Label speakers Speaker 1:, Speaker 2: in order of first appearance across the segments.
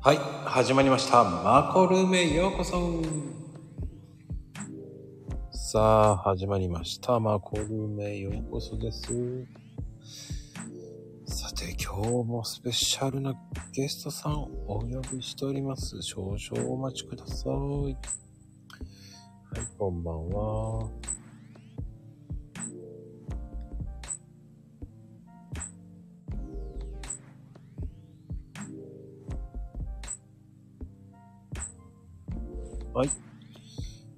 Speaker 1: はい、始まりました。マコルームへようこそ。さあ、始まりました。マコルームへようこそです。さて、今日もスペシャルなゲストさんをお呼びしております。少々お待ちください。はい、こんばんは。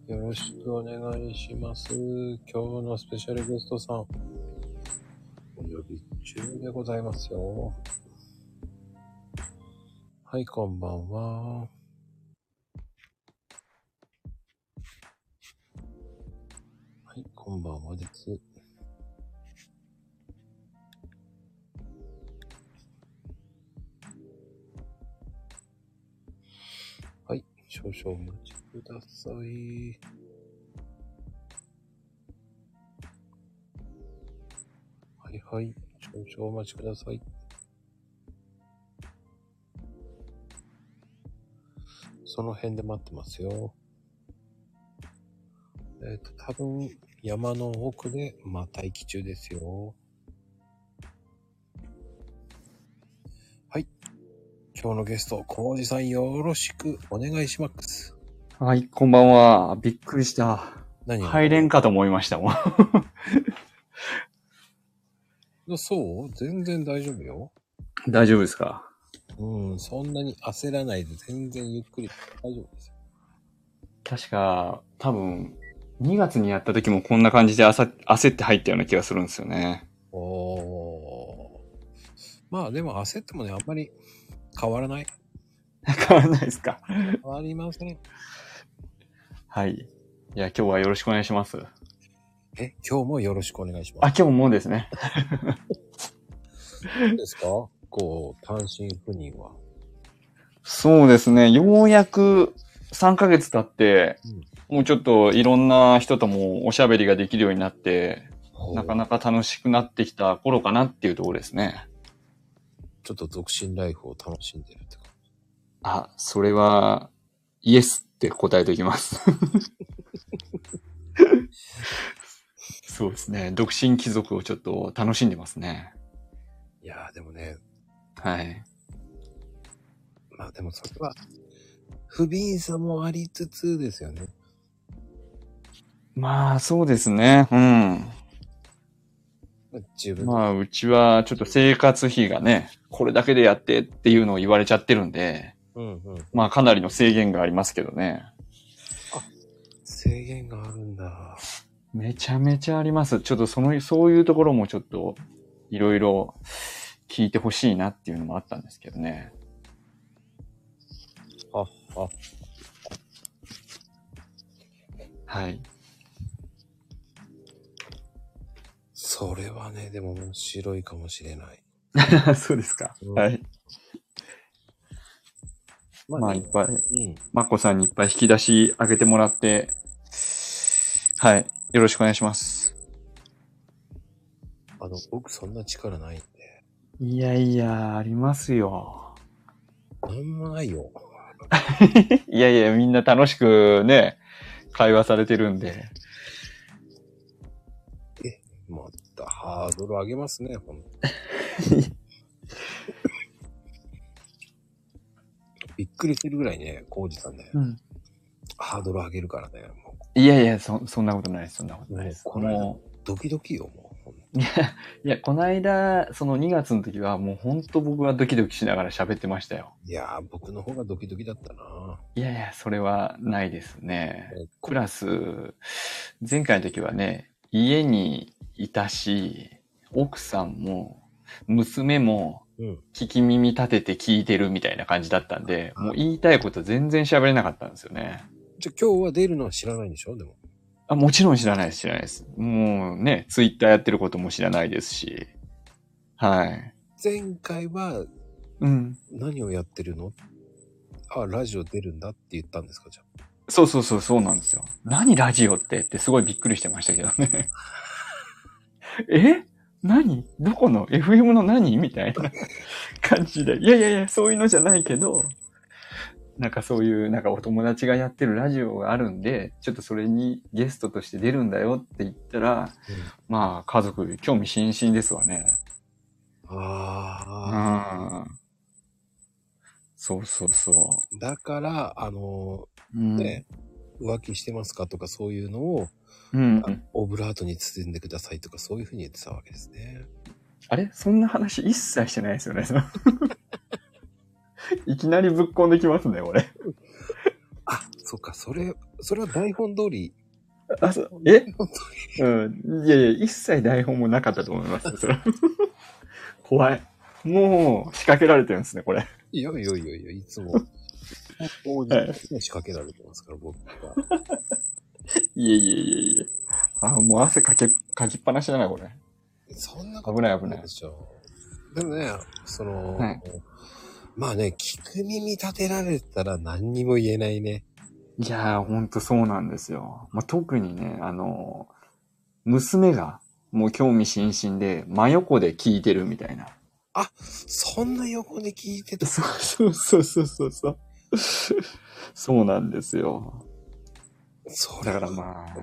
Speaker 1: よろしくお願いします。今日のスペシャルゲストさん、お呼び中でございますよ。はい、こんばんは。はい、こんばんはです。はい、少々お待ちください。はいはい、少々お待ちください。その辺で待ってますよ。えっ、と、多分、山の奥で、まあ、待機中ですよ。はい。今日のゲスト、コウジさんよろしくお願いします。
Speaker 2: はい、こんばんは。びっくりした。
Speaker 1: 何が
Speaker 2: 入れんかと思いましたもん。
Speaker 1: そう全然大丈夫よ。
Speaker 2: 大丈夫ですか
Speaker 1: うん、そんなに焦らないで全然ゆっくり大丈夫ですよ。
Speaker 2: 確か、多分、2月にやった時もこんな感じで焦焦って入ったような気がするんですよね。
Speaker 1: おー。まあでも焦ってもね、あんまり変わらない。
Speaker 2: 変わらないですか
Speaker 1: 変わりません。
Speaker 2: はい。いや、今日はよろしくお願いします。あ、
Speaker 1: え、今日もよろしくお願いしま
Speaker 2: 今日もですね。
Speaker 1: す。どうですかこう、単身赴任は。
Speaker 2: そうですね。ようやく3ヶ月経って、もうちょっといろんな人ともおしゃべりができるようになって、なかなか楽しくなってきた頃かなっていうところですね。
Speaker 1: ちょっと独身ライフを楽しんでるってか。
Speaker 2: あ、それは、イエスって答えておきます。 そうですね。独身貴族をちょっと楽しんでますね。
Speaker 1: いやーでもね、
Speaker 2: はい。
Speaker 1: まあでもそれは、不憫さもありつつですよね。
Speaker 2: まあ、そうですね。う
Speaker 1: まあ自分
Speaker 2: ん。
Speaker 1: の
Speaker 2: まあ、うちはちょっと生活費がね、これだけでやってっていうのを言われちゃってるんで、
Speaker 1: うんうん。
Speaker 2: まあ、かなりの制限がありますけどね。
Speaker 1: 制限があるんだ。
Speaker 2: めちゃめちゃあります。ちょっとその、そういうところもちょっと、いろいろ聞いてほしいなっていうのもあったんですけどね。
Speaker 1: あ、あ、
Speaker 2: はい。
Speaker 1: それはね、でも面白いかもしれない。
Speaker 2: そうですか
Speaker 1: うん
Speaker 2: はい。
Speaker 1: ま
Speaker 2: まあ、いっぱい、
Speaker 1: うん。
Speaker 2: マコさんにいっぱい引き出し上げてもらって、はい。よろしくお願いします。
Speaker 1: あの、僕そんな力ないんで。
Speaker 2: いやいや、ありますよ。
Speaker 1: なんもないよ。
Speaker 2: いやいや、みんな楽しくね、会話されてるんで。
Speaker 1: またハードル上げますね、ほん と。びっくりするぐらいね、コウジさんね、
Speaker 2: うん。
Speaker 1: ハードル上げるからね、も
Speaker 2: いやいや、そ、そんなことないです。そんなことないです。
Speaker 1: もうこの間
Speaker 2: も
Speaker 1: うドキドキよ、もうほんと。
Speaker 2: ういや、いや、この間、その2月の時は、もう本当僕はドキドキしながら喋ってましたよ。
Speaker 1: いやー、僕の方がドキドキだったない
Speaker 2: やいや、それはないですね。
Speaker 1: え
Speaker 2: プラス、前回の時はね、家にいたし、奥さんも、娘も、
Speaker 1: うん。
Speaker 2: 聞き耳立てて聞いてるみたいな感じだったんで、もう言いたいこと全然喋れなかったんですよね。
Speaker 1: じゃ、今日は出るのは知らないんでしょでも。
Speaker 2: あもちろん知らないです、知らないです。もうね、ツイッターやってることも知らないですし。はい。
Speaker 1: 前回は
Speaker 2: うん。
Speaker 1: 何をやってるのあ、ラジオ出るんだって言ったんですか、じゃあ。
Speaker 2: そうそうそう、そうなんですよ。何ラジオってってすごいびっくりしてましたけど ね。え何どこの ?FM の何みたいな感じで。いやいやいや、そういうのじゃないけど、なんかそういう、なんかお友達がやってるラジオがあるんで、ちょっとそれにゲストとして出るんだよって言ったら、まあ家族興味津々ですわね。う
Speaker 1: ああ、
Speaker 2: ん。そうそうそ
Speaker 1: だから、あの
Speaker 2: う。うん。
Speaker 1: ね、浮気してますかとかそういうのを、
Speaker 2: うん。
Speaker 1: オブラートに包んでくださいとかそういうふうに言ってたわけですね。
Speaker 2: あれそんな話一切してないですよね。 いきなりぶっこんできますね、俺。
Speaker 1: あ、そっか、それ、それは台本通り。
Speaker 2: あ、そう、え
Speaker 1: 台本通
Speaker 2: うん。いやいや、一切台本もなかったと思いますよ、そ れ。怖い。もう、仕掛けられてるんですね、これ。
Speaker 1: りいやいやいやいや、いつも。王子様に仕掛けられてますから、僕は。
Speaker 2: いえいえいえいえ。あ、もう汗かけ、かきっぱなしだな、これ。
Speaker 1: そんなこと
Speaker 2: 危ない危な
Speaker 1: ない
Speaker 2: い
Speaker 1: で。しょう。でもね、その、
Speaker 2: はい
Speaker 1: まあね、聞く耳立てられたら何にも言えないね。
Speaker 2: いやー、ほんとそうなんですよ。まあ、特にね、あのー、娘が、もう興味津々で、真横で聞いてるみたいな。
Speaker 1: そんな横で聞いてた。
Speaker 2: そうそうそうそうそうそう。そうなんですよ。
Speaker 1: それ
Speaker 2: だ
Speaker 1: は
Speaker 2: からまあ、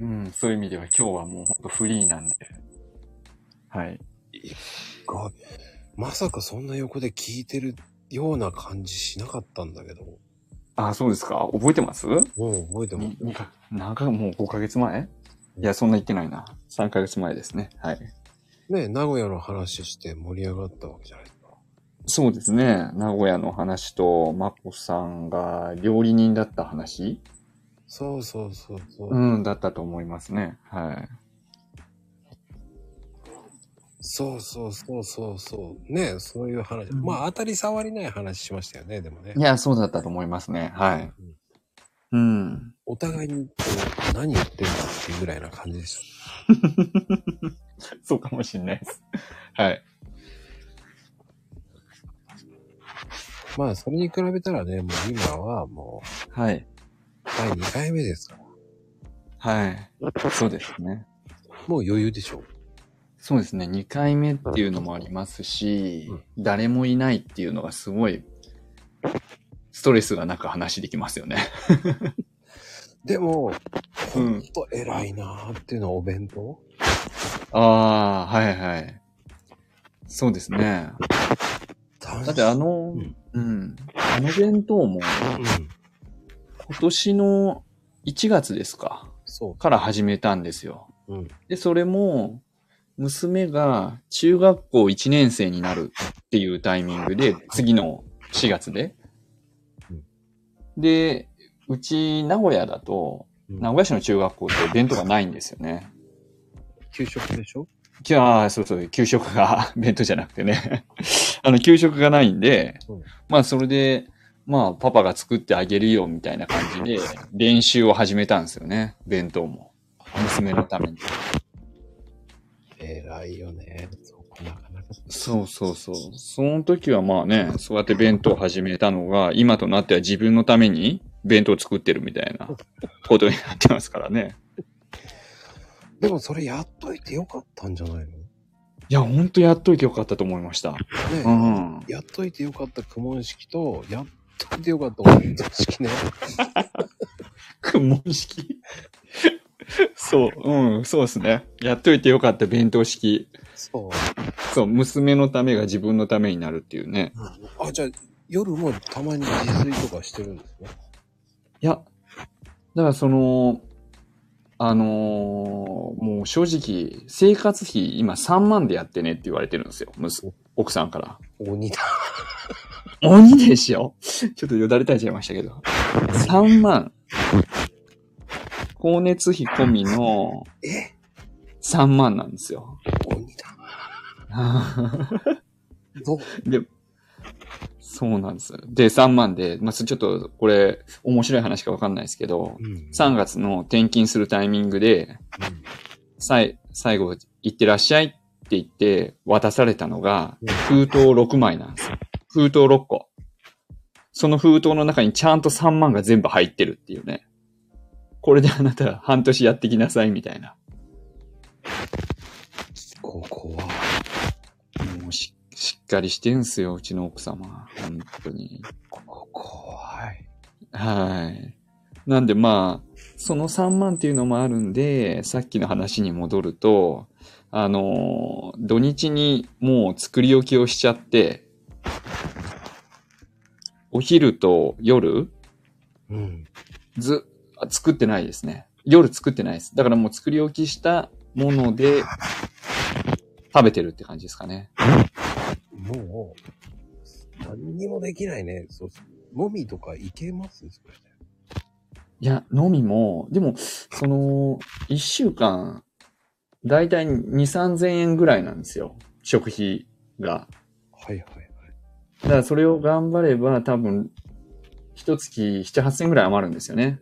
Speaker 2: うん、そういう意味では今日はもうほんとフリーなんで。はい。
Speaker 1: がまさかそんな横で聞いてるような感じしなかったんだけど。
Speaker 2: あ、そうですか覚えてます
Speaker 1: もう覚えてます
Speaker 2: に。にかなんかもう5ヶ月前いや、そんな言ってないな。3ヶ月前ですね。はい。
Speaker 1: ね、名古屋の話して盛り上がったわけじゃないですか。
Speaker 2: そうですね。名古屋の話と、まこさんが料理人だった話
Speaker 1: そうそうそうそう。
Speaker 2: うん、だったと思いますね。はい。
Speaker 1: そうそうそうそうそう。ね、そういう話。
Speaker 2: うん
Speaker 1: まあ、当たり障りない話しましたよね、でもね
Speaker 2: い。や、そうだったと思いますね。はい。うん。
Speaker 1: お互いにこう何言ってるんだっていうぐらいな感じでし
Speaker 2: そうかもしんないです。はい。
Speaker 1: た。まあ、それに比べたらね、もう今はもう、
Speaker 2: はい。
Speaker 1: 第2回目ですから。
Speaker 2: はい。そうですね。
Speaker 1: もう余裕でしょ。
Speaker 2: そうですね。2回目っていうのもありますし、誰もいないっていうのがすごい、ストレスがなく話できますよね。
Speaker 1: でも、
Speaker 2: う
Speaker 1: ほ
Speaker 2: ん
Speaker 1: んと偉いなーっていうのはお弁当
Speaker 2: ああ、はいはい。そうですね。だってあの、
Speaker 1: うん
Speaker 2: うん。あの弁当も、
Speaker 1: うん。
Speaker 2: 今年の1月ですか、
Speaker 1: そ
Speaker 2: から始めたんですよ。
Speaker 1: う。うん。
Speaker 2: で、それも、娘が中学校1年生になるっていうタイミングで、次の4月で
Speaker 1: うん。
Speaker 2: で、うち名古屋だと、名古屋市の中学校って弁当がないんですよね。
Speaker 1: 給食でしょ
Speaker 2: きゃあ、そうそう、給食が 弁当じゃなくてね。 あの、給食がないんで、
Speaker 1: うん
Speaker 2: まあ、それで、まあ、パパが作ってあげるよ、みたいな感じで、練習を始めたんですよね。弁当も。娘のために。
Speaker 1: 偉いよね。そこなかなか。
Speaker 2: そうそうそう。その時はまあね、そうやって弁当を始めたのが、今となっては自分のために弁当を作ってるみたい なことになってますからね。
Speaker 1: でもそれやっといてよかったんじゃないのね
Speaker 2: いや、ほんとやっといてよかったと思いました。うん。
Speaker 1: やっといてよかった苦問式と、やっといてよかったお弁当式ね。
Speaker 2: くも式そう、うん、そうですね。やっといてよかった弁当式。
Speaker 1: そう。
Speaker 2: そう、娘のためが自分のためになるっていうね。
Speaker 1: あ、じゃあ、夜もたまに自炊とかしてるんですね。
Speaker 2: いや、だからその、あのーもう正直、生活費今3万でやってねって言われてるんですよ。むす奥さんから。
Speaker 1: 鬼だ。
Speaker 2: 鬼でしょちょっとよだれ垂れちゃいましたけど。3万。光熱費込みの
Speaker 1: え
Speaker 2: 3万なんですよ。
Speaker 1: 鬼だ。どう
Speaker 2: で、そうなんです。で、3万で、まあ、そちょっとこれ、面白い話かわかんないですけど、
Speaker 1: うん
Speaker 2: 3月の転勤するタイミングで、さい最後、行ってらっしゃいって言って渡されたのが、封筒6枚なんですよ。封筒6個。その封筒の中にちゃんと3万が全部入ってるっていうね。これであなた半年やってきなさいみたいな。
Speaker 1: ここは、
Speaker 2: もうししっかりしてんすよ、うちの奥様。本当に。
Speaker 1: ここ
Speaker 2: はい。なんでまあ、その3万っていうのもあるんで、さっきの話に戻ると、あの、土日にもう作り置きをしちゃって、お昼と夜、
Speaker 1: うん。
Speaker 2: ず、あ作ってないですね。夜作ってないです。だからもう作り置きしたもので、食べてるって感じですかね。
Speaker 1: もう、何にもできないね。そう、もみとかいけますそれで
Speaker 2: いや、のみも、でも、その、1週間、だいたい2、3000円ぐらいなんですよ。食費が。
Speaker 1: はいはいはい。
Speaker 2: だからそれを頑張れば多分、一月7、8000円ぐらい余るんですよね。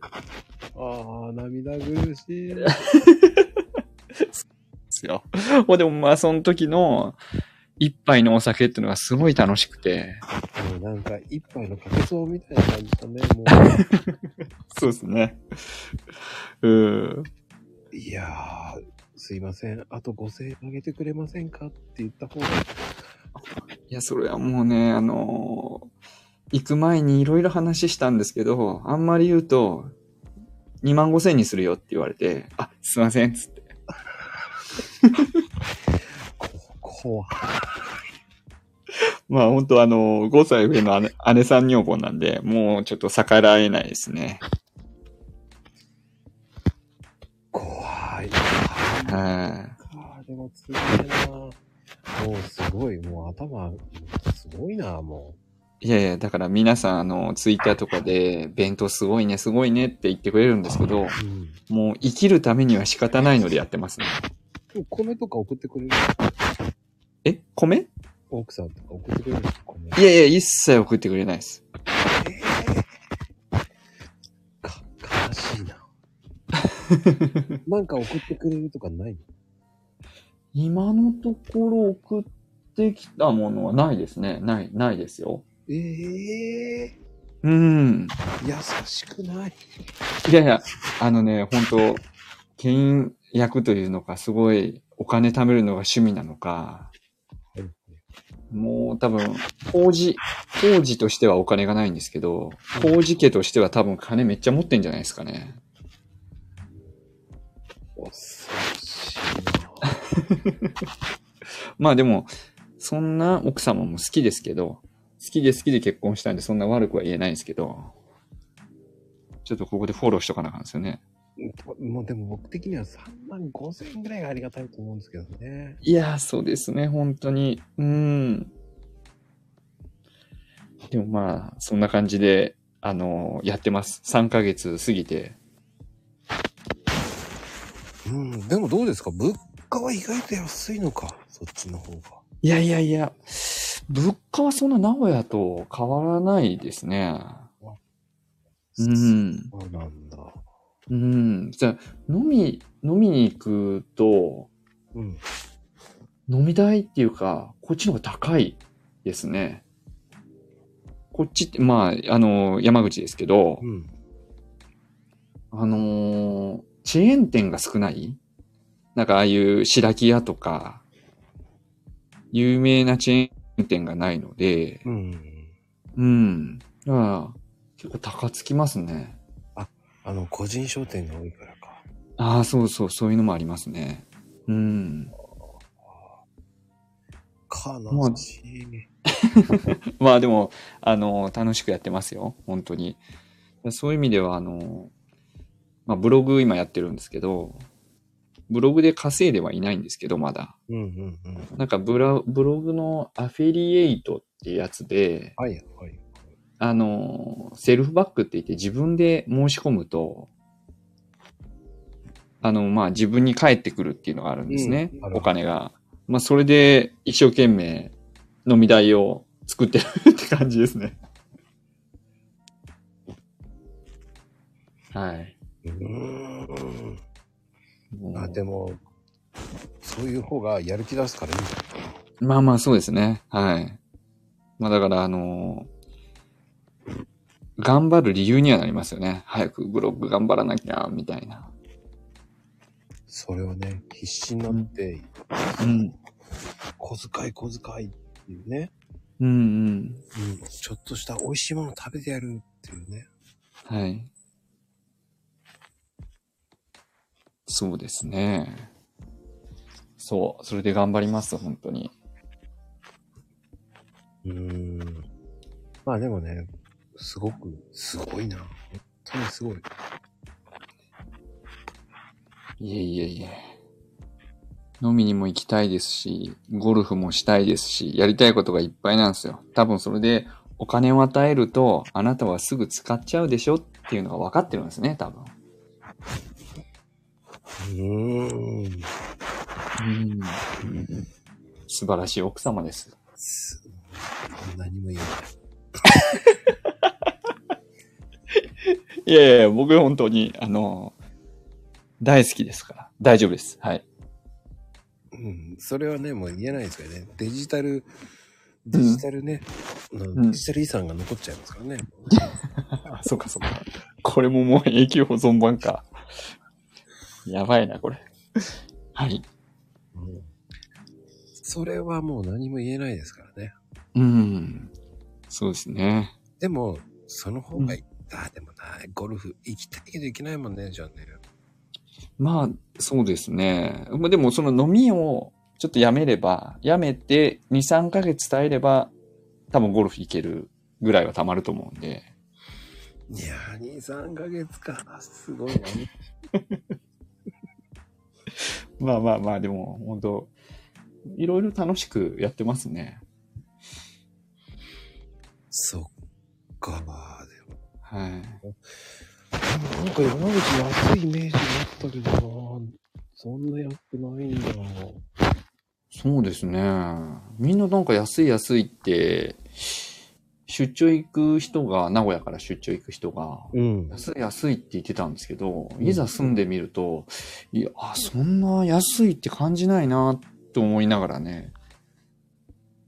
Speaker 1: ああ、涙ぐるしい。
Speaker 2: ですよ。 まあでもまあその時の一杯のお酒っていうのがすごい楽しくて。
Speaker 1: もうなんか、一杯のかけそうみたいな感じだね。も う、
Speaker 2: そうですね。 うん。
Speaker 1: いやー、すいません。あと5000円あげてくれませんかって言った方が、
Speaker 2: いや、それはもうね、あのー行く前にいろいろ話したんですけど、あんまり言うと、2万5千にするよって言われて、あ、すいません、つって。
Speaker 1: ここは、
Speaker 2: まあ本当あのー、5歳上の姉 姉さん女房なんで、もうちょっと逆らえないですね。
Speaker 1: 怖い。
Speaker 2: はい。
Speaker 1: あーでもつらいなもうすごい、もう頭、すごいなも
Speaker 2: いやいや、だから皆さん、あの、ツイッターとかで、弁当すごいね、すごいねって言ってくれるんですけど、
Speaker 1: う。うん。
Speaker 2: もう生きるためには仕方ないのでやってますね。
Speaker 1: でも米とか送ってくれる
Speaker 2: え米
Speaker 1: 奥さんとか送ってくれる米。
Speaker 2: いやいや、一切送ってくれないです。
Speaker 1: か、悲しい な。なんか送ってくれるとかない
Speaker 2: 今のところ送ってきたものはないですね。ない、ないですよ。
Speaker 1: ええ
Speaker 2: うん。
Speaker 1: 優しくない。
Speaker 2: いやいや、あのね、本当倹約というのか、すごいお金貯めるのが趣味なのか、もう多分、工事、工事としてはお金がないんですけど、工事家としては多分金めっちゃ持ってんじゃないですかね。
Speaker 1: 恐ろしい
Speaker 2: まあでも、そんな奥様も好きですけど、好きで好きで結婚したんでそんな悪くは言えないですけど、ちょっとここでフォローしとかなあかんですよね。
Speaker 1: な。もうでも僕的には3万5千円ぐらいがありがたいと思うんですけどね。
Speaker 2: いやー、そうですね、本当に。うーん。でもまあ、そんな感じで、あのーやってます。3ヶ月過ぎて。
Speaker 1: うん、でもどうですか物価は意外と安いのかそっちの方が。
Speaker 2: いやいやいや、物価はそんな名古屋と変わらないですね。うん。
Speaker 1: そうなんだ。
Speaker 2: うん。じゃあ、飲み、飲みに行くと、
Speaker 1: うん。
Speaker 2: 飲み代っていうか、こっちの方が高いですね。こっちって、まあ、あの、山口ですけど、
Speaker 1: うん。
Speaker 2: あのーチェーン店が少ないなんかああいう白木屋とか、有名なチェーン店がないので、
Speaker 1: うん。
Speaker 2: うん。だから、結構高つきますね。
Speaker 1: あの、個人商店が多いからか。
Speaker 2: ああ、そうそう、そういうのもありますね。うん。
Speaker 1: 悲しい。
Speaker 2: まあでも、あの、楽しくやってますよ。本当に。そういう意味では、あの、まあブログ今やってるんですけど、ブログで稼いではいないんですけど、まだ。
Speaker 1: うんうんうん。
Speaker 2: なんかブラ、ブログのアフィリエイトってやつで、
Speaker 1: はいはい。
Speaker 2: あの、セルフバックって言って自分で申し込むと、あの、まあ、自分に返ってくるっていうのがあるんですね。
Speaker 1: うん
Speaker 2: お金が。まあ、それで一生懸命飲み代を作ってるって感じですね。はい。
Speaker 1: うーん。
Speaker 2: もう
Speaker 1: あ、でも、そういう方がやる気出すからいいんだよ。
Speaker 2: まあまあ、そうですね。はい。まあ、だから、あのー頑張る理由にはなりますよね。早くブログ頑張らなきゃ、みたいな。
Speaker 1: それはね、必死になって、
Speaker 2: うん。
Speaker 1: 小遣い小遣いっていうね、
Speaker 2: うんうん。
Speaker 1: うん、ちょっとした美味しいもの食べてやるっていうね。
Speaker 2: はい。そうですね。そう。それで頑張ります、本当に。
Speaker 1: うーん。まあでもね、すごく、すごいな。本当にすごい。
Speaker 2: いえいえいえ。飲みにも行きたいですし、ゴルフもしたいですし、やりたいことがいっぱいなんですよ。多分それでお金を与えると、あなたはすぐ使っちゃうでしょっていうのが分かってるんですね、多分。
Speaker 1: うーん。
Speaker 2: うん。素晴らしい奥様です。
Speaker 1: す何も言えない。
Speaker 2: いやいやいや、僕本当に、あの、大好きですから。大丈夫です。はい。
Speaker 1: うん、それはね、もう言えないですからね。デジタル、デジタルね、うん
Speaker 2: うん
Speaker 1: デジタル遺産が残っちゃいますから ね。
Speaker 2: あ、そうかそうか。これももう永久保存版か。やばいな、これ。はい。
Speaker 1: うんそれはもう何も言えないですからね。
Speaker 2: うん。そうですね。
Speaker 1: でも、その方がいい。あ、でもな、ゴルフ行きたいけど行けないもんね、じゃあね。
Speaker 2: まあ、そうですね。まあでも、その飲みをちょっとやめれば、やめて2、3ヶ月耐えれば、多分ゴルフ行けるぐらいは溜まると思うんで。
Speaker 1: いやー、2、3ヶ月か。すごいな。
Speaker 2: まあまあまあ、でも、本当いろいろ楽しくやってますね。
Speaker 1: そっか。で
Speaker 2: はい。
Speaker 1: もなんか山口安いイメージがあったけどな。そんな安くないんだ。
Speaker 2: そうですね。みんななんか安い安いって、出張行く人が、名古屋から出張行く人が、
Speaker 1: うん。
Speaker 2: 安い安いって言ってたんですけど、
Speaker 1: ん
Speaker 2: いざ住んでみると、いや、あそんな安いって感じないなと思いながらね、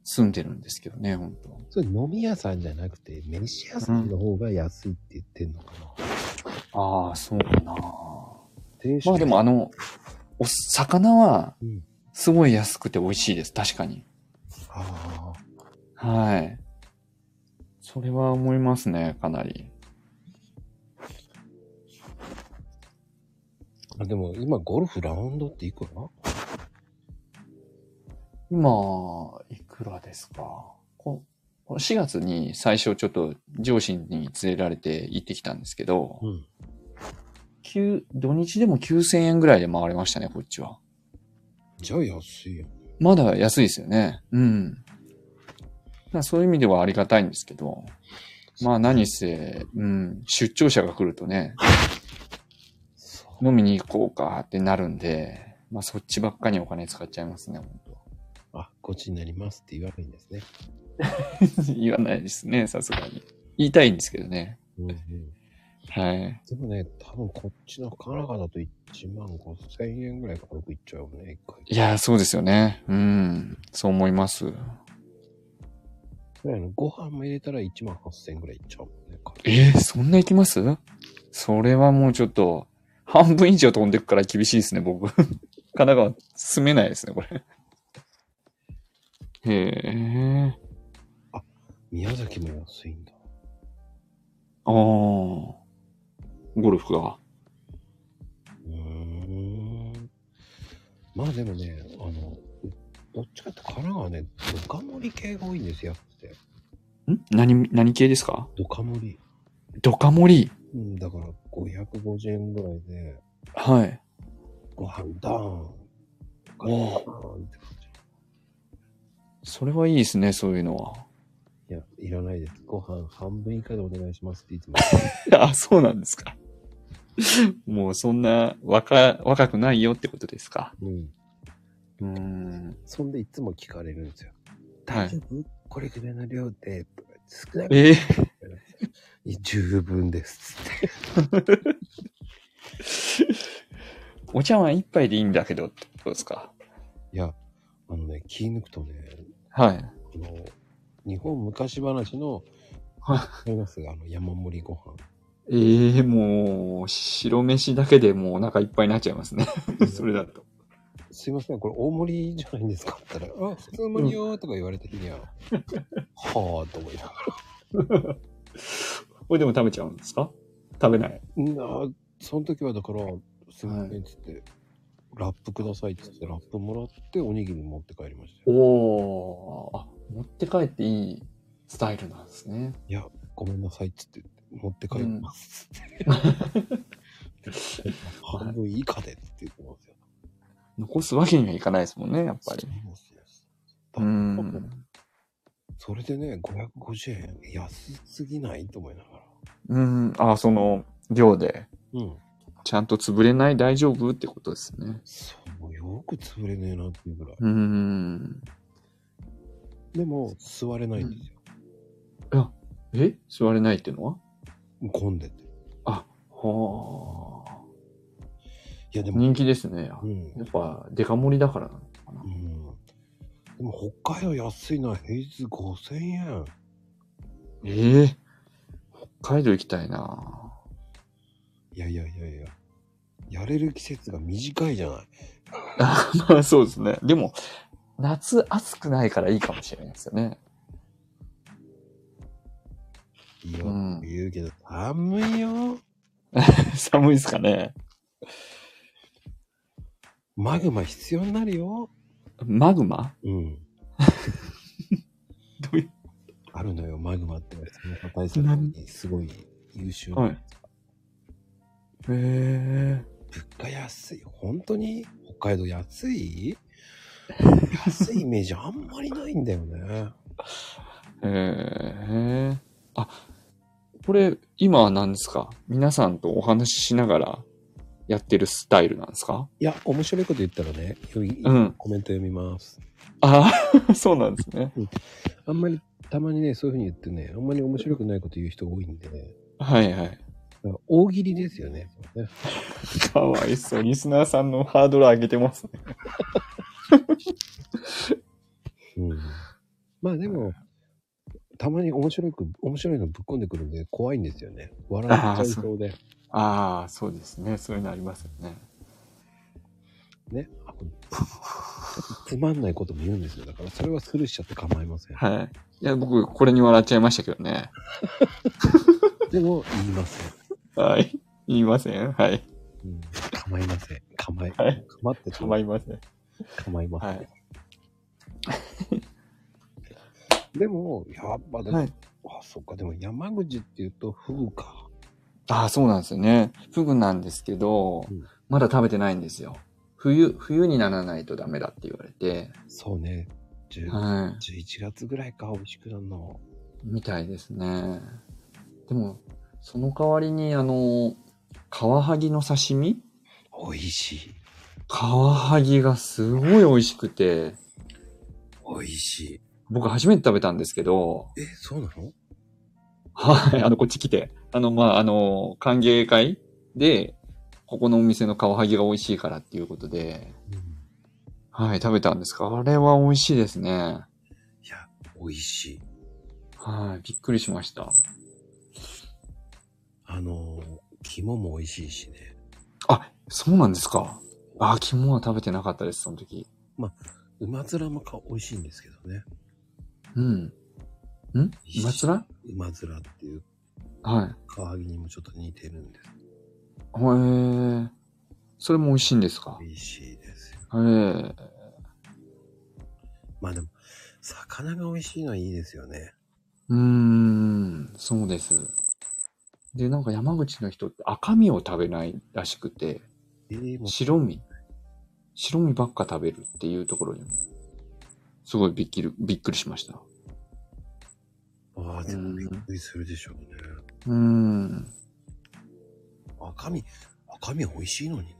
Speaker 2: 住んでるんですけどね、本当
Speaker 1: それ飲み屋さんじゃなくて、飯屋さんの方が安いって言ってんのかな。
Speaker 2: ああ、そうかな。
Speaker 1: 定食
Speaker 2: まあでもあの、お魚は
Speaker 1: うん、
Speaker 2: すごい安くて美味しいです、確かに。
Speaker 1: ああ。
Speaker 2: はい。それは思いますね、かなり。
Speaker 1: あでも今ゴルフラウンドっていくら
Speaker 2: 今、いくらですかここの ?4 月に最初ちょっと上司に連れられて行ってきたんですけど、
Speaker 1: うん。
Speaker 2: 九土日でも9000円ぐらいで回れましたね、こっちは。
Speaker 1: じゃあ安いよ。
Speaker 2: まだ安いですよね。うん。だからそういう意味ではありがたいんですけど、まあ何せ、うん、出張者が来るとね、飲みに行こうかってなるんで、まあそっちばっかにお金使っちゃいますね、本当
Speaker 1: あ、こっちになりますって言われるんですね。
Speaker 2: 言わないですね、さすがに。言いたいんですけどね。
Speaker 1: うんうん。
Speaker 2: はい。
Speaker 1: でもね、多分こっちのカナダだと1万5千円ぐらいかよくいっちゃうよね、一回。
Speaker 2: いやー、そうですよね。うん。そう思います。
Speaker 1: ぐらいのご飯も入れたら1万8千円ぐらいいっちゃうもんね。
Speaker 2: えー、そんな行きますそれはもうちょっと、半分以上飛んでくから厳しいですね、僕。 神奈川、住めないですね、これ。へえ。
Speaker 1: 宮崎も安いんだ。
Speaker 2: ああ。ゴルフが。
Speaker 1: うーん。まあでもね、あの、どっちかって神奈川ね、ドカ盛り系が多いんですよ、安くて。
Speaker 2: ん何、何系ですか
Speaker 1: ドカ盛り。
Speaker 2: ドカ盛り。
Speaker 1: うん、だから550円ぐらいで、
Speaker 2: はい。
Speaker 1: ご飯ダーン。
Speaker 2: お
Speaker 1: ご飯ダーンって感
Speaker 2: それはいいですね、そういうのは。
Speaker 1: じ。いや、いらないです。ご飯半分以下でお願いしますっていつも。
Speaker 2: あ、そうなんですか。 もうそんな若、若くないよってことですか。
Speaker 1: うん。
Speaker 2: うーん。
Speaker 1: そんでいつも聞かれるんですよ。
Speaker 2: は
Speaker 1: 大
Speaker 2: い
Speaker 1: 丈夫、これぐらいの量で、とか少なく
Speaker 2: ええ
Speaker 1: 十分です。つって。
Speaker 2: お茶碗一杯でいいんだけどってことですか。
Speaker 1: いや、あのね、気抜くとね、
Speaker 2: はい。
Speaker 1: あの、日本昔話の、
Speaker 2: は
Speaker 1: ありますが、あの、山盛りご飯。
Speaker 2: ええもう、白飯だけでもうお腹いっぱいになっちゃいますね。 それだと。
Speaker 1: すいません、これ大盛りじゃないんですかって言ったら、あ、普通盛りよーとか言われた日には、はぁーと思いながら。
Speaker 2: これでも食べちゃうんですか食べない。
Speaker 1: なあその時はだから、すみませんっつって、ラップくださいっつって、ラップもらって、おにぎり持って帰りましたよ。
Speaker 2: おー、あ、持って帰っていいスタイルなんですね。
Speaker 1: ごめんなさいっつって、持って帰り ますっつって。半分以下でって言ってますよ。
Speaker 2: 残すわけにはいかないですもんね、やっぱり。
Speaker 1: そうですよだ
Speaker 2: う
Speaker 1: から
Speaker 2: ん。
Speaker 1: それでね、550円、安すぎないと思いながら。
Speaker 2: うん。あ、その、量で。
Speaker 1: うん。
Speaker 2: ちゃんと潰れない大丈夫ってことですね。
Speaker 1: そう、よく潰れねえなっていうぐらい。
Speaker 2: うん。
Speaker 1: でも、座れないんですよ。
Speaker 2: え座れないってのは
Speaker 1: 混んでて。い
Speaker 2: はあ。
Speaker 1: や、でも、
Speaker 2: 人気ですね。や
Speaker 1: うん。
Speaker 2: っぱ、デカ盛りだからなのかな
Speaker 1: う。ん。でも、北海道安いのは平日5000円。
Speaker 2: ええ北海道行きたいない
Speaker 1: やいやいやいや。やれる季節が短いじゃない。
Speaker 2: あまあ そうですね。でも、夏暑くないからいいかもしれないですよね。
Speaker 1: いや、
Speaker 2: うん
Speaker 1: 言うけど、寒いよ。
Speaker 2: 寒いですかね。
Speaker 1: マグマ必要になるよ。
Speaker 2: マグマ
Speaker 1: うん。
Speaker 2: どういう
Speaker 1: あるのよ、マグマって。その破壊するのに、すごい優秀な。
Speaker 2: はい。へえ
Speaker 1: 物価安い。本当に北海道安 い安いイメージあんまりないんだよね。
Speaker 2: ええあ、これ、今は何ですか皆さんとお話ししながらやってるスタイルなんですか
Speaker 1: いや、面白いこと言ったらね、よい
Speaker 2: うん
Speaker 1: コメント読みます。
Speaker 2: あ あ、そうなんですね。
Speaker 1: あんまり、たまにね、そういうふうに言ってね、あんまり面白くないこと言う人が多いんで、ね、
Speaker 2: はいはい。
Speaker 1: だから大喜利ですよね。ね
Speaker 2: かわいそう。リスナーさんのハードル上げてますね。
Speaker 1: うん、まあでも、たまに面白く、面白いのぶっこんでくるんで怖いんですよね。笑っちゃいそうで。
Speaker 2: ああ、そうですね。そういうのありますよね。
Speaker 1: ね。あこれつまんないことも言うんですよ。だからそれはスルーしちゃって構いません。
Speaker 2: はい。いや、僕、これに笑っちゃいましたけどね。
Speaker 1: でも、言いません。
Speaker 2: はい。言いません。はい。
Speaker 1: うん、構いません。構い。
Speaker 2: はい
Speaker 1: 構って
Speaker 2: 構
Speaker 1: い
Speaker 2: いません。
Speaker 1: 構いません。
Speaker 2: はい。
Speaker 1: でも、やっぱでも、
Speaker 2: はい
Speaker 1: あ、そっか、でも山口っていうと、フグか。
Speaker 2: ああ、そうなんですよね。フグなんですけど、
Speaker 1: うん
Speaker 2: まだ食べてないんですよ。冬、冬にならないとダメだって言われて、
Speaker 1: そうね。10
Speaker 2: は
Speaker 1: 11月ぐらいか、美味しくなるの。
Speaker 2: い。みたいですね。でも、その代わりに、あの、カワハギの刺身
Speaker 1: 美味しい。
Speaker 2: カワハギがすごい美味しくて、
Speaker 1: 美味しい。
Speaker 2: 僕初めて食べたんですけど、
Speaker 1: え、そうなの
Speaker 2: はい、あの、こっち来て。あの、まあ、あの、歓迎会で、ここのお店のカワハギが美味しいからっていうことで、
Speaker 1: うん。
Speaker 2: はい、食べたんですかあれは美味しいですね。
Speaker 1: いや、美味しい。
Speaker 2: はい、びっくりしました。
Speaker 1: あのー、肝も美味しいしね。
Speaker 2: あ、そうなんですか。あ、肝は食べてなかったです、その時。
Speaker 1: 馬面もか美味しいんですけどね。
Speaker 2: うん。ん今つら
Speaker 1: 馬面っていう、
Speaker 2: はい。
Speaker 1: カワハギにもちょっと似てるんです。
Speaker 2: へえ。それも美味しいんですか
Speaker 1: 美味しいですよ。
Speaker 2: へえ。
Speaker 1: まあでも、魚が美味しいのはいいですよね。
Speaker 2: うーん、そうです。で、なんか山口の人って赤身を食べないらしくて、
Speaker 1: えー、もう
Speaker 2: 白身白身ばっか食べるっていうところにも、すごいびっくり、びっくりしました。
Speaker 1: ああ、でもびっくりするでしょうね。
Speaker 2: うーん。
Speaker 1: 赤身、赤身美味しいのにね。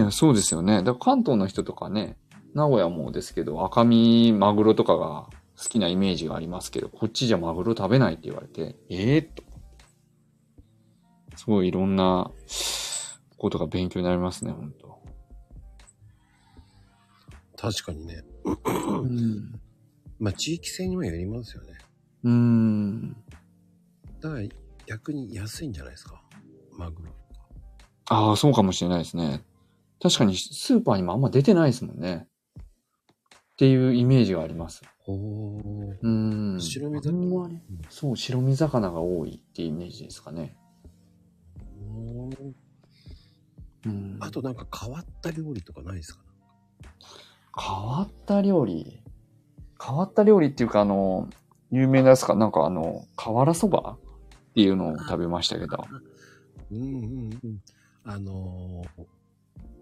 Speaker 2: ねえ、そうですよね。だから関東の人とかね、名古屋もですけど、赤身、マグロとかが好きなイメージがありますけど、こっちじゃマグロ食べないって言われて、ええと。すごいいろんなことが勉強になりますね、本当
Speaker 1: 確かにね。
Speaker 2: うん。
Speaker 1: まあ地域性にもよりますよね。
Speaker 2: うーん。
Speaker 1: だから逆に安いんじゃないですか。マグロ。
Speaker 2: ああ、そうかもしれないですね。確かにスーパーにもあんま出てないですもんね。っていうイメージがあります。
Speaker 1: ほー。
Speaker 2: うーん。
Speaker 1: 白身魚
Speaker 2: あんまりそう、白身魚が多いっていうイメージですかね。うん
Speaker 1: あとなんか変わった料理とかないですか
Speaker 2: 変わった料理変わった料理っていうか、あの、有名なやつか、なんかあの、瓦そばっていうのを食べましたけど。
Speaker 1: うんうんうん。あの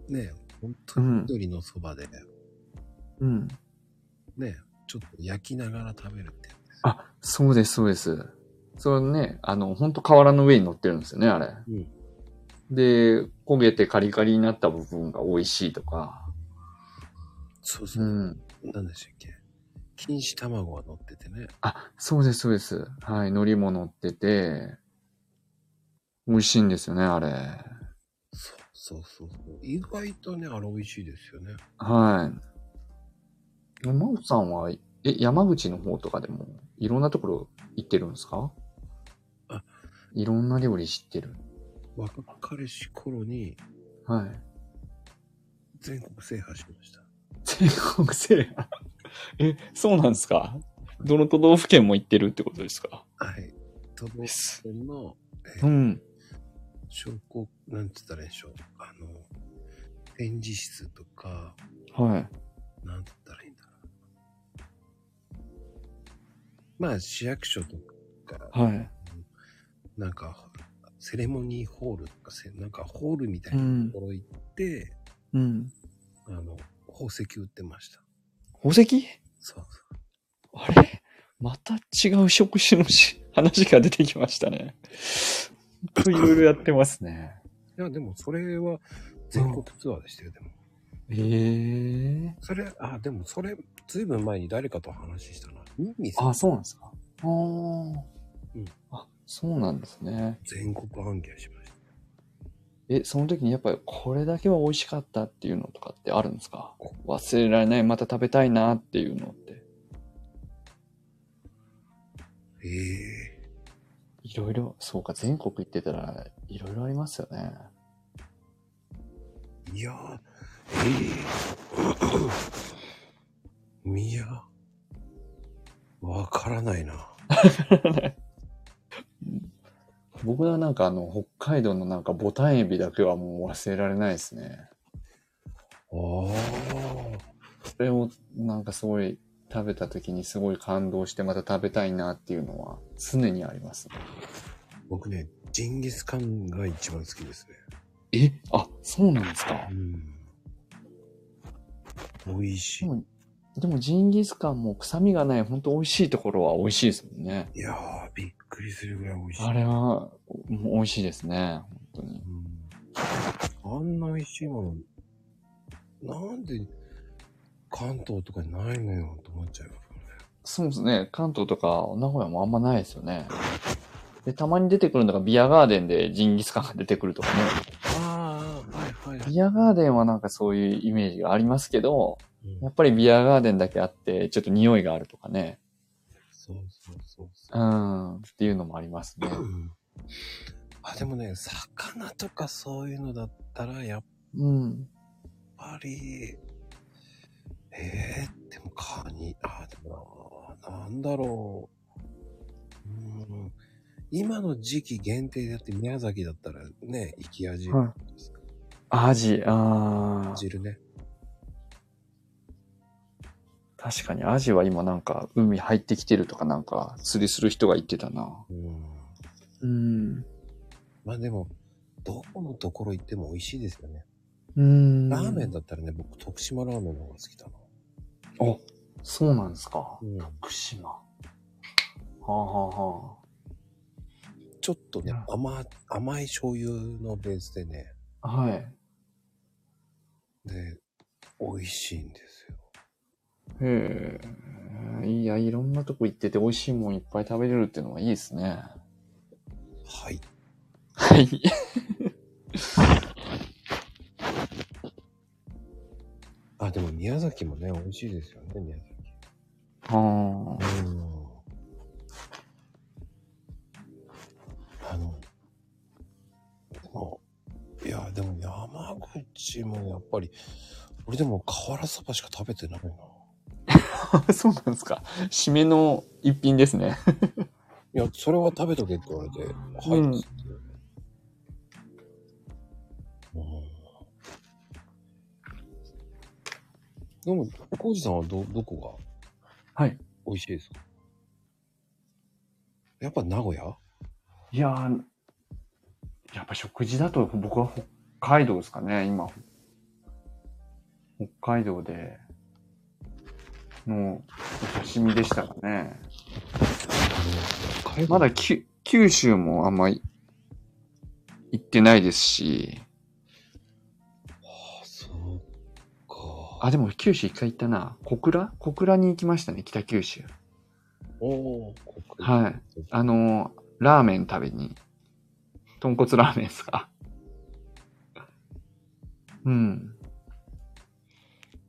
Speaker 1: ー、ねえ、本当に緑のそばで、
Speaker 2: うん。
Speaker 1: ねえ、ちょっと焼きながら食べるって。
Speaker 2: あ、そうです、そうです。それね、あの、ほんと瓦の上に乗ってるんですよね、あれ。
Speaker 1: うん
Speaker 2: で、焦げてカリカリになった部分が美味しいとか。
Speaker 1: そうそうう。
Speaker 2: ん。
Speaker 1: なんでしたっけ錦糸卵が乗っててね。
Speaker 2: あ、そうです、そうです。はい、海苔も乗ってて、美味しいんですよね、あれ。
Speaker 1: そうそうそうそう。意外とね、あれ美味しいですよね。
Speaker 2: はい。真央さんは、え、山口の方とかでも、いろんなところ行ってるんですか
Speaker 1: あ
Speaker 2: いろんな料理知ってる。
Speaker 1: 若彼氏頃に
Speaker 2: はい。
Speaker 1: 全国制覇しました。
Speaker 2: 全国制覇。え、そうなんですかどの都道府県も行ってるってことですか
Speaker 1: はい。都道府県の
Speaker 2: うん。
Speaker 1: 商工、なんて言ったらいいんでしょう。あの、展示室とか、
Speaker 2: はい。
Speaker 1: なんて言ったらいいんだろう。まあ、市役所とか、
Speaker 2: はい。
Speaker 1: なんか、セレモニーホールとかせ、なんかホールみたいうなんと。ころ行って、
Speaker 2: うん。
Speaker 1: あの、宝石売ってました。
Speaker 2: 宝石
Speaker 1: そうそ
Speaker 2: あれまた違う職種のし話が出てきましたね。ほんといろいろやってますね。
Speaker 1: う。いや、でもそれは全国ツアーでしたよ、でも。
Speaker 2: ええー。
Speaker 1: それ、あ、でもそれ、ずいぶん前に誰かと話したな。ミミさん
Speaker 2: あ、そうなんですか。ああ、うん。あ、そうなんですね。
Speaker 1: 全国暗記しました。
Speaker 2: え、その時にやっぱりこれだけは美味しかったっていうのとかってあるんですか忘れられない、また食べたいなっていうのって。
Speaker 1: ええ
Speaker 2: いろいろ、そうか、全国行ってたらいろいろありますよね。
Speaker 1: いやー、ええいや、わからないな。
Speaker 2: 僕はなんかあの、北海道のなんかボタンエビだけはもう忘れられないですね。
Speaker 1: おー。
Speaker 2: それをなんかすごい食べた時にすごい感動してまた食べたいなっていうのは常にありますね。
Speaker 1: 僕ね、ジンギスカンが一番好きですね。
Speaker 2: え、あ、そうなんですか
Speaker 1: うん。美味し
Speaker 2: で
Speaker 1: い。
Speaker 2: も、でもジンギスカンも臭みがない、ほんと美味しいところは美味しいですもんね。
Speaker 1: いやー、びっくりするぐらい美味しい。
Speaker 2: あれは、もう美味しいですね。本当に。
Speaker 1: うん。あんな美味しいもの、なんで関東とかにないのよと思っちゃいますよね。
Speaker 2: そうですね。関東とか名古屋もあんまないですよね。で、たまに出てくるのがビアガーデンでジンギスカンが出てくるとかね。
Speaker 1: ああ、はいはい。
Speaker 2: ビアガーデンはなんかそういうイメージがありますけど、
Speaker 1: う
Speaker 2: や
Speaker 1: ん、
Speaker 2: っぱりビアガーデンだけあって、ちょっと匂いがあるとかね。
Speaker 1: そうそうそうそうう。
Speaker 2: ん。っていうのもありますね。
Speaker 1: うんあ、でもね、魚とかそういうのだったら、やっ
Speaker 2: うん。
Speaker 1: ぱり、えー、でもカニ、あ、でもな、なんだろう。うん今の時期限定だって宮崎だったらね、生き味、
Speaker 2: はいアジ、ああ。
Speaker 1: 汁ね。
Speaker 2: 確かにアジは今なんか海入ってきてるとかなんか釣りする人が言ってたな。
Speaker 1: うん。
Speaker 2: うん。
Speaker 1: まあでも、どこのところ行っても美味しいですよね。
Speaker 2: うん
Speaker 1: ラーメンだったらね、僕徳島ラーメンの方が好きだな。
Speaker 2: あ、そうなんですか。
Speaker 1: うん
Speaker 2: 福島。はあはあは
Speaker 1: ちょっとね
Speaker 2: うん、
Speaker 1: 甘、甘い醤油のベースでね、
Speaker 2: あ。はい。
Speaker 1: で、美味しいんですよ。
Speaker 2: へえ。いや、いろんなとこ行ってて美味しいもんいっぱい食べれるっていうのはいいですね。
Speaker 1: はい。
Speaker 2: はい。
Speaker 1: あ、でも宮崎もね、美味しいですよね、宮崎。
Speaker 2: はあ。
Speaker 1: うん。あの、でも、いや、でも山口もやっぱり、俺でも瓦そばしか食べてないな。
Speaker 2: そうなんですか。締めの一品ですね。
Speaker 1: いや、それは食べとけって言われて、はい。
Speaker 2: うん
Speaker 1: でも、コウジさんはど、どこが
Speaker 2: はい。
Speaker 1: 美味しいですかやっぱ名古屋
Speaker 2: いやー、やっぱ食事だと僕は北海道ですかね、今。北海道で、のお刺身でしたかね。
Speaker 1: 帰る
Speaker 2: まだき九州もあんまい行ってないですし、
Speaker 1: あそうか。
Speaker 2: あ、でも九州一回行ったな。小倉小倉に行きましたね、北九州。
Speaker 1: おー、国い。
Speaker 2: はい。あのー、ラーメン食べに。豚骨ラーメンですか。 うん。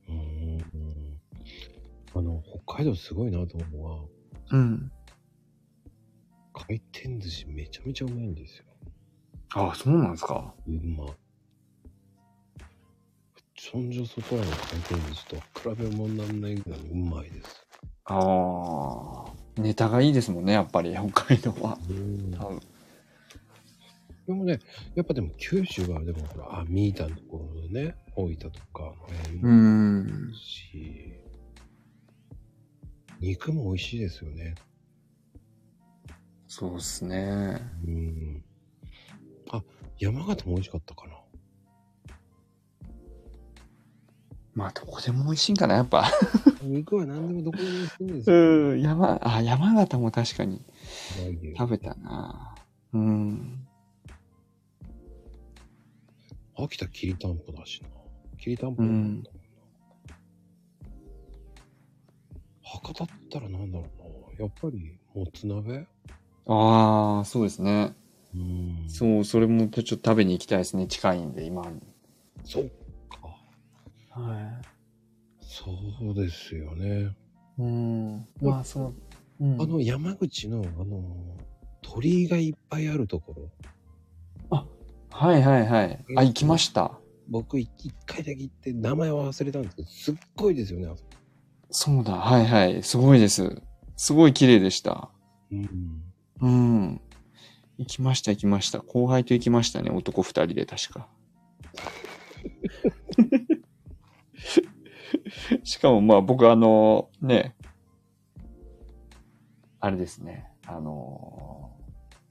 Speaker 1: うーん。あの、北海道すごいなと思うのは、
Speaker 2: うん。
Speaker 1: 回転寿司めちゃめちゃうまいんですよ。
Speaker 2: ああ、そうなんですか。
Speaker 1: うまい。そんじょそこらの回転寿司とは比べ物になんないぐらいうまいです。
Speaker 2: ああ。ネタがいいですもんね、やっぱり、北海道は。
Speaker 1: うん
Speaker 2: 多分
Speaker 1: でもね、やっぱでも九州はでもほら、あ、見たところでね、大分とか、
Speaker 2: う
Speaker 1: も
Speaker 2: ん
Speaker 1: 美味。しい。肉も美味しいですよね。
Speaker 2: そうですね。
Speaker 1: うん。あ、山形も美味しかったかな。
Speaker 2: まあ、どこでも美味しいんかな、やっぱ。
Speaker 1: 肉は何でもどこでも美味しいんですよ。
Speaker 2: うん。山、あ、山形も確かに
Speaker 1: 和牛
Speaker 2: 食べたな。うん。
Speaker 1: 秋田きりたんぽだしな。きりたんぽだったもんな。博多って言ったらなんだろうな。やっぱり、もつ鍋
Speaker 2: ああ、そうですね。
Speaker 1: うんそ
Speaker 2: そう、それもちょっと食べに行きたいですね。近いんで、今。
Speaker 1: そっか。
Speaker 2: は
Speaker 1: そうですよね。
Speaker 2: い。うん。
Speaker 1: ま
Speaker 2: あ、その、うん
Speaker 1: あの、山口の、あの、鳥居がいっぱいあるところ、
Speaker 2: はいはいはい。
Speaker 1: うん
Speaker 2: あ、行きました。
Speaker 1: 僕一一回だけ行って、名前は忘れたんですけど、すっごいですよね、あそこ。
Speaker 2: そうだ、はいはい。すごいです。すごい綺麗でした。
Speaker 1: うん。
Speaker 2: うん。行きました、行きました。後輩と行きましたね。男二人で、確か。 しかも、まあ、僕、あの、ね、あれですね。あの、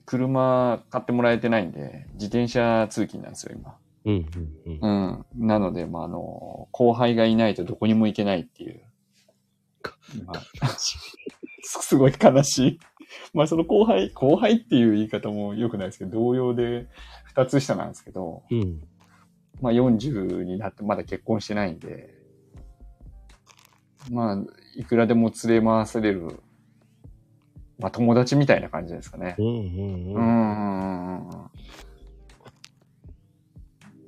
Speaker 2: 車買ってもらえてないんで、自転車通勤なんですよ、今。
Speaker 1: うん、うん、う。
Speaker 2: うんん。なので、まあ、あの、後輩がいないとどこにも行けないっていう。まあ すすごい悲しい。まあその後輩、後輩っていう言い方も良くないですけど、同様で2つ下なんですけど、
Speaker 1: うん。
Speaker 2: まあ40になってまだ結婚してないんで、まあいくらでも連れ回される、まあ友達みたいな感じですかね
Speaker 1: う。ん、
Speaker 2: う
Speaker 1: うん、
Speaker 2: うんんうんうん。
Speaker 1: う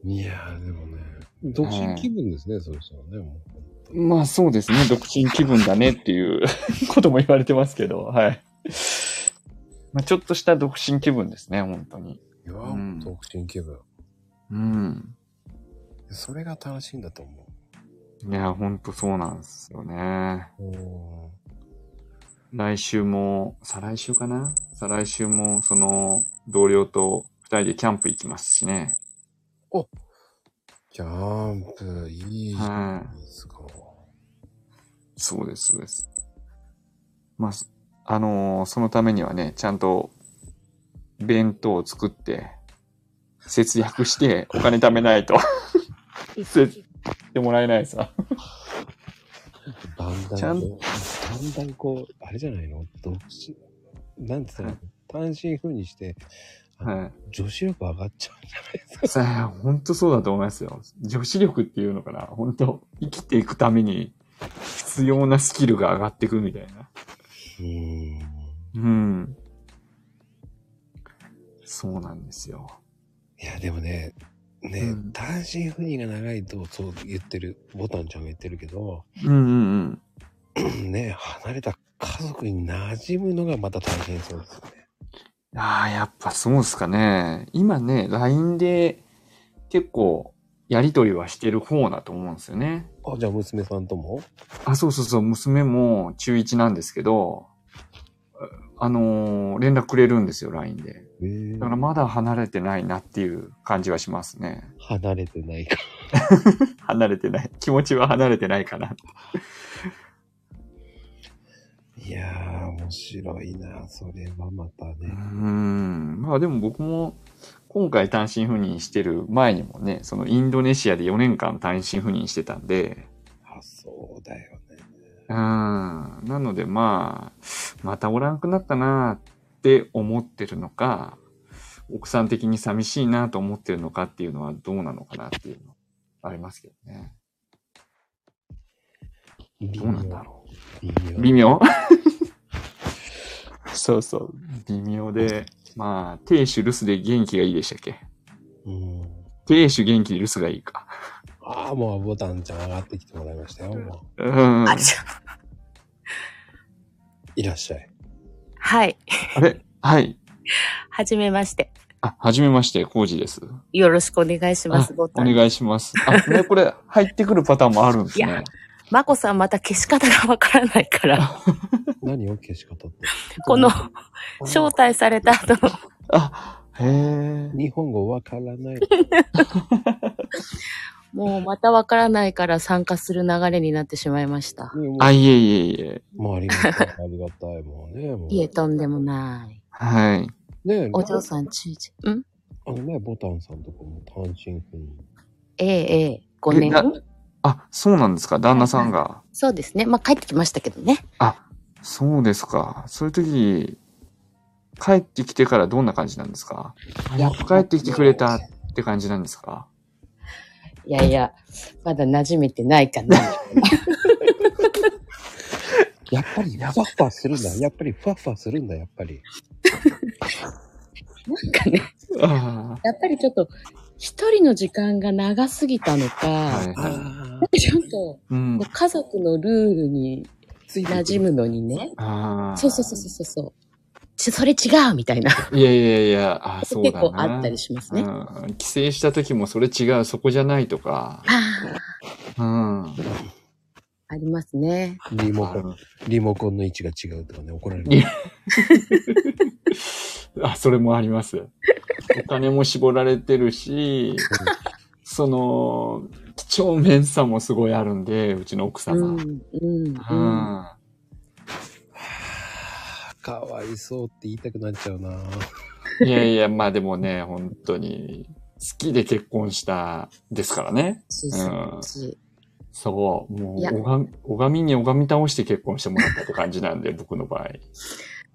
Speaker 1: ん。いやー、でもね、独身気分ですね、そういう人はね、もう。
Speaker 2: まあそうですね、独身気分だねっていう ことも言われてますけど、はい。まあちょっとした独身気分ですね、本当に。
Speaker 1: いや
Speaker 2: うん
Speaker 1: ー、独身気分。
Speaker 2: うん。
Speaker 1: それが楽しいんだと思
Speaker 2: いや、ほんとそうなんですよね。
Speaker 1: う。うん。
Speaker 2: 来週も、再来週かな再来週も、その、同僚と二人でキャンプ行きますしね。
Speaker 1: キャンプ、いいじゃ
Speaker 2: は
Speaker 1: ないですか。
Speaker 2: い。そうです、そうです。まあ、そあのーそのためにはね、ちゃんと、弁当を作って、節約して、お金貯めないと。せってもらえないさ。
Speaker 1: だん
Speaker 2: ちゃ
Speaker 1: だん
Speaker 2: ん
Speaker 1: こう、だんだんこう、あれじゃないの独身、なんて言ったらいいの、単身風にして、
Speaker 2: はい。
Speaker 1: 女子力上がっちゃうんじゃないですか。
Speaker 2: さあ、本当そうだと思いますよ。女子力っていうのかな本当生きていくために必要なスキルが上がっていくみたいな。
Speaker 1: うん。
Speaker 2: うん。そうなんですよ。
Speaker 1: いや、でもね、ね、
Speaker 2: うん
Speaker 1: 単身赴任が長いと、そう言ってる、ボタンちゃんが言ってるけど、
Speaker 2: うんうんうん。
Speaker 1: ね、離れた家族に馴染むのがまた大変そうですよね。
Speaker 2: ああ、やっぱそうっすかね。今ね、LINE で結構やりとりはしてる方だと思うんですよね。
Speaker 1: あ、じゃあ娘さんとも
Speaker 2: あ、そうそうそう、娘も中1なんですけど、あのー連絡くれるんですよ、LINE で。
Speaker 1: えー
Speaker 2: だからまだ離れてないなっていう感じはしますね。
Speaker 1: 離れてないか。
Speaker 2: 離れてない。気持ちは離れてないかな。
Speaker 1: いやー、面白いな。それはまた
Speaker 2: うー
Speaker 1: ね。
Speaker 2: ん。まあでも僕も、今回単身赴任してる前にもね、そのインドネシアで4年間単身赴任してたんで、
Speaker 1: あ、そうだよね。
Speaker 2: うーん。なのでまあ、またおらんくなったなって思ってるのか、奥さん的に寂しいなと思ってるのかっていうのはどうなのかなっていうのありますけどね。
Speaker 1: ど
Speaker 2: どうなんだろう。
Speaker 1: 微妙。
Speaker 2: 微妙 そうそう。微妙で、まあ、亭主留守で元気がいいでしたっけ
Speaker 1: うん。
Speaker 2: 亭主元気で留守がいいか。
Speaker 1: ああ、もうボタンちゃん上がってきてもらいましたよ。もう
Speaker 2: うん。あ
Speaker 3: あ、ちょ
Speaker 1: いらっしゃい。
Speaker 3: はい。
Speaker 2: れはい。
Speaker 3: はじめまして。
Speaker 2: あ、はじめまして、コウジです。
Speaker 3: よろしくお願いします、
Speaker 2: あ
Speaker 3: ボタ
Speaker 2: お
Speaker 3: ン。
Speaker 2: 願いします。あ、ね、これ、入ってくるパターンもあるんです
Speaker 3: い
Speaker 2: ね
Speaker 3: や。まこさんまた消し方がわからないから、
Speaker 1: 何を消し方って。
Speaker 3: この、招待された後の、
Speaker 2: あ、へえ。
Speaker 1: 日本語わからない。
Speaker 3: もうまたわからないから参加する流れになってしまいました。
Speaker 2: あ、いえいえいえ。
Speaker 1: もうありがたい、ありがたい、もうね。もう
Speaker 3: いえ、とんでもない。
Speaker 2: はい。
Speaker 1: ねえ、
Speaker 3: お嬢さん、ちゅうちゅ。ん
Speaker 1: あのね、ボタンさんとかも単身赴任。
Speaker 3: ええ、ええ、5
Speaker 2: えな
Speaker 3: 年。
Speaker 2: あ、そうなんですか、旦那さんが。
Speaker 3: そうですね。まあ、帰ってきましたけどね。
Speaker 2: そうですか。そういう時、帰ってきてからどんな感じなんですか
Speaker 1: いや
Speaker 2: やっと帰ってきてくれたって感じなんですか
Speaker 3: いやいや、まだ馴染めてない かな。
Speaker 1: やっぱり、ふわふわするんだ。 やっぱり、ふわふわするんだ、やっぱり。
Speaker 3: なんかね、
Speaker 2: あ
Speaker 3: やっぱりちょっと、一人の時間が長すぎたのか、
Speaker 2: あ。はいはい。
Speaker 1: ああ、
Speaker 3: ちょっと、
Speaker 2: うん。
Speaker 3: 家族のルールに
Speaker 1: ついてくる
Speaker 3: 馴染むのにね。
Speaker 2: ああ。
Speaker 3: そうそうそうそうそう。ちそれ違うみた いな。
Speaker 2: う。いやいやいや、ああ、そうだ
Speaker 3: 結
Speaker 2: な。
Speaker 3: 構あったりしますね。あ
Speaker 2: うん。帰省した時もそれ違う、そこじゃないとか。う
Speaker 3: あ、
Speaker 2: ん。
Speaker 3: ありますね。
Speaker 1: リモコン、リモコンの位置が違うとかね、怒られ
Speaker 2: リ
Speaker 1: る。
Speaker 2: あ、それもあります。お金も絞られてるし、その、几帳面さもすごいあるんで、うちの奥
Speaker 3: うん、う
Speaker 2: 様。
Speaker 3: ん、うん。
Speaker 2: うん
Speaker 1: かわいそうって言いたくなっちゃうな。
Speaker 2: いやいや、まあでもね、本当に、好きで結婚したですからね。
Speaker 3: そうそうそう
Speaker 2: そう、も
Speaker 3: いや
Speaker 2: う、拝み拝みに拝み倒して結婚してもらったって感じなんで、僕の場合。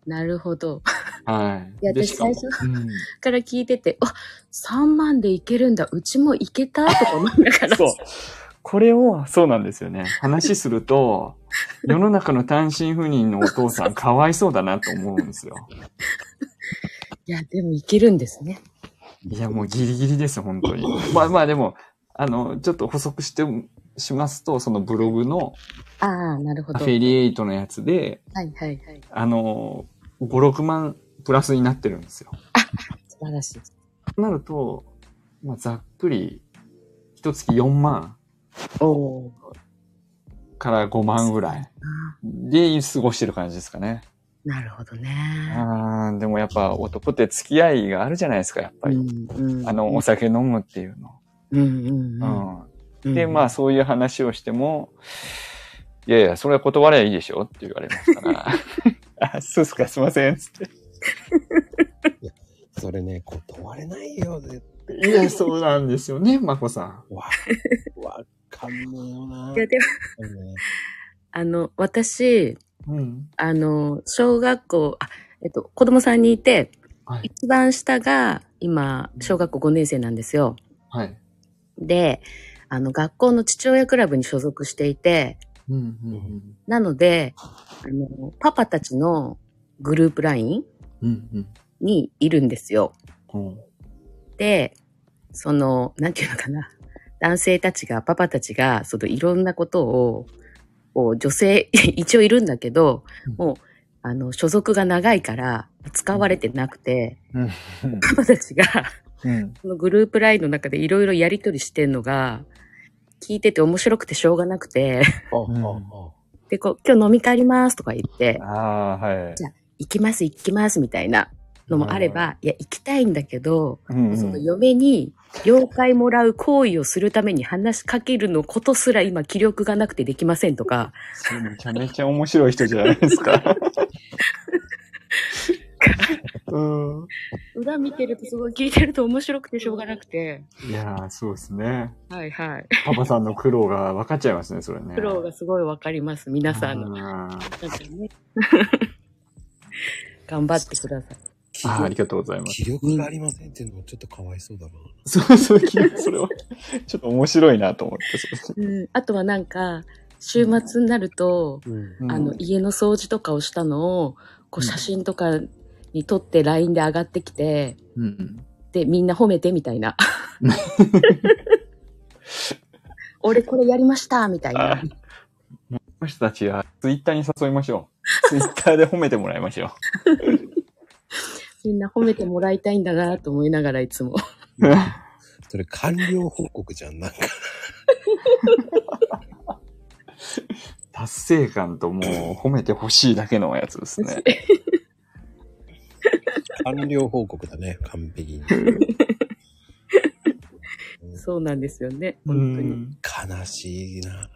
Speaker 3: なるほど。
Speaker 2: はい。
Speaker 3: いや
Speaker 2: で
Speaker 3: 私
Speaker 2: しかも
Speaker 3: 最
Speaker 2: うん
Speaker 3: から聞いてて、あ、3万でいけるんだ。うちもいけたとか思いなが ら。
Speaker 2: そう。これを、そうなんですよね。話すると、世の中の単身赴任のお父さん、かわいそうだなと思うんですよ。
Speaker 3: いや、でもいけるんですね。
Speaker 2: いや、もうギリギリです、本当に。 まあまあでも、あの、ちょっと補足して、しますと、そのブログの
Speaker 3: ああ、なるほ
Speaker 2: ア
Speaker 3: ど。
Speaker 2: フ
Speaker 3: はい
Speaker 2: ィリエイトのやつで、
Speaker 3: はいはい。
Speaker 2: あの、5、6万プラスになってるんですよ。
Speaker 3: 素晴らしい。
Speaker 2: となると、まあ、ざっくり、一月4万
Speaker 3: おお。
Speaker 2: から5万ぐらい
Speaker 3: あ
Speaker 2: で過ごしてる感じですかね。
Speaker 3: ーなるほどね。
Speaker 2: あーでもやっぱ男って付き合いがあるじゃないですか、やっぱり。
Speaker 3: うんうん
Speaker 2: あの、お酒飲むっていうの。
Speaker 3: うんう
Speaker 2: うんん
Speaker 3: うん。
Speaker 2: で、まあそういう話をしても、いやいや、それは断ればいいでしょって言われますから。 あ、そうっすか、すいません。つって
Speaker 1: それね、断れないよ、絶
Speaker 2: いや、そうなんですよ ね、まこさん。
Speaker 1: 対。わ、わかんねえよな。
Speaker 3: いや、でも、
Speaker 1: ね
Speaker 3: あの、私、
Speaker 2: うん。
Speaker 3: あの、小学校、あ、えっと、子供さんにいて、
Speaker 2: はい。
Speaker 3: 一番下が今、小学校5年生なんですよ。
Speaker 2: はい。
Speaker 3: で、あの、学校の父親クラブに所属していて、
Speaker 2: うん、うん、
Speaker 3: なので、あの、パパたちのグループライン
Speaker 2: うん。うん、うん。
Speaker 3: にいるんですよ。
Speaker 2: うん
Speaker 3: で、その、なんていうのかな。男性たちが、パパたちが、そのいろんなことを、こう女性、 一応いるんだけど、
Speaker 2: うん
Speaker 3: もう、あの、所属が長いから、使われてなくて、
Speaker 2: うん
Speaker 3: パパたちが、
Speaker 2: うん
Speaker 3: そのグループラインの中でいろいろやりとりしてんのが、聞いてて面白くてしょうがなくて、
Speaker 1: あ、あ、あ、
Speaker 3: で、こう、今日飲み帰りますとか言って、
Speaker 2: ああ、はい
Speaker 3: じゃ。行きます、行きます、みたいなのもあれば、いや、行きたいんだけど、
Speaker 2: うん
Speaker 3: その
Speaker 2: うん
Speaker 3: 嫁に了解もらう行為をするために話しかけるのことすら今気力がなくてできませんとか、
Speaker 2: それめちゃめちゃ面白い人じゃないですか。うん。
Speaker 3: 裏見てるとすごい聞いてると面白くてしょうがなくて、
Speaker 2: いやー、そうですね。
Speaker 3: はいはい。
Speaker 2: パパさんの苦労が分かっちゃいますね、それね。
Speaker 3: 苦労がすごいわかります、皆さんの。
Speaker 2: の。
Speaker 3: なんかね 頑張ってください。
Speaker 1: 気
Speaker 2: あーあ
Speaker 1: 力
Speaker 2: りがとうございます。
Speaker 1: 気力がありませんっていうのもちょっとかわいそうだな。
Speaker 2: そうそう、それは、 ちょっと面白いなと思って。そう
Speaker 3: うん、あとはなんか、週末になると、
Speaker 1: うん。
Speaker 2: うん
Speaker 3: あの、家の掃除とかをしたのを、
Speaker 2: う
Speaker 3: こう
Speaker 2: ん
Speaker 3: 写真とかに撮って LINE で上がってきて、
Speaker 2: うん。
Speaker 3: で、みんな褒めてみたい な。俺これやりましたみたいな
Speaker 2: あ。この人たちはツイッターに誘いましょう。ツイッターで褒めてもらいましょう。
Speaker 3: みんな褒めてもらいたいんだなと思いながらいつも。
Speaker 1: それ完了報告じゃん。なんか、
Speaker 2: 達成感ともう褒めてほしいだけのやつですね。
Speaker 1: 完了報告だね。完璧に。
Speaker 3: そうなんですよね。本当に。
Speaker 1: 悲しい な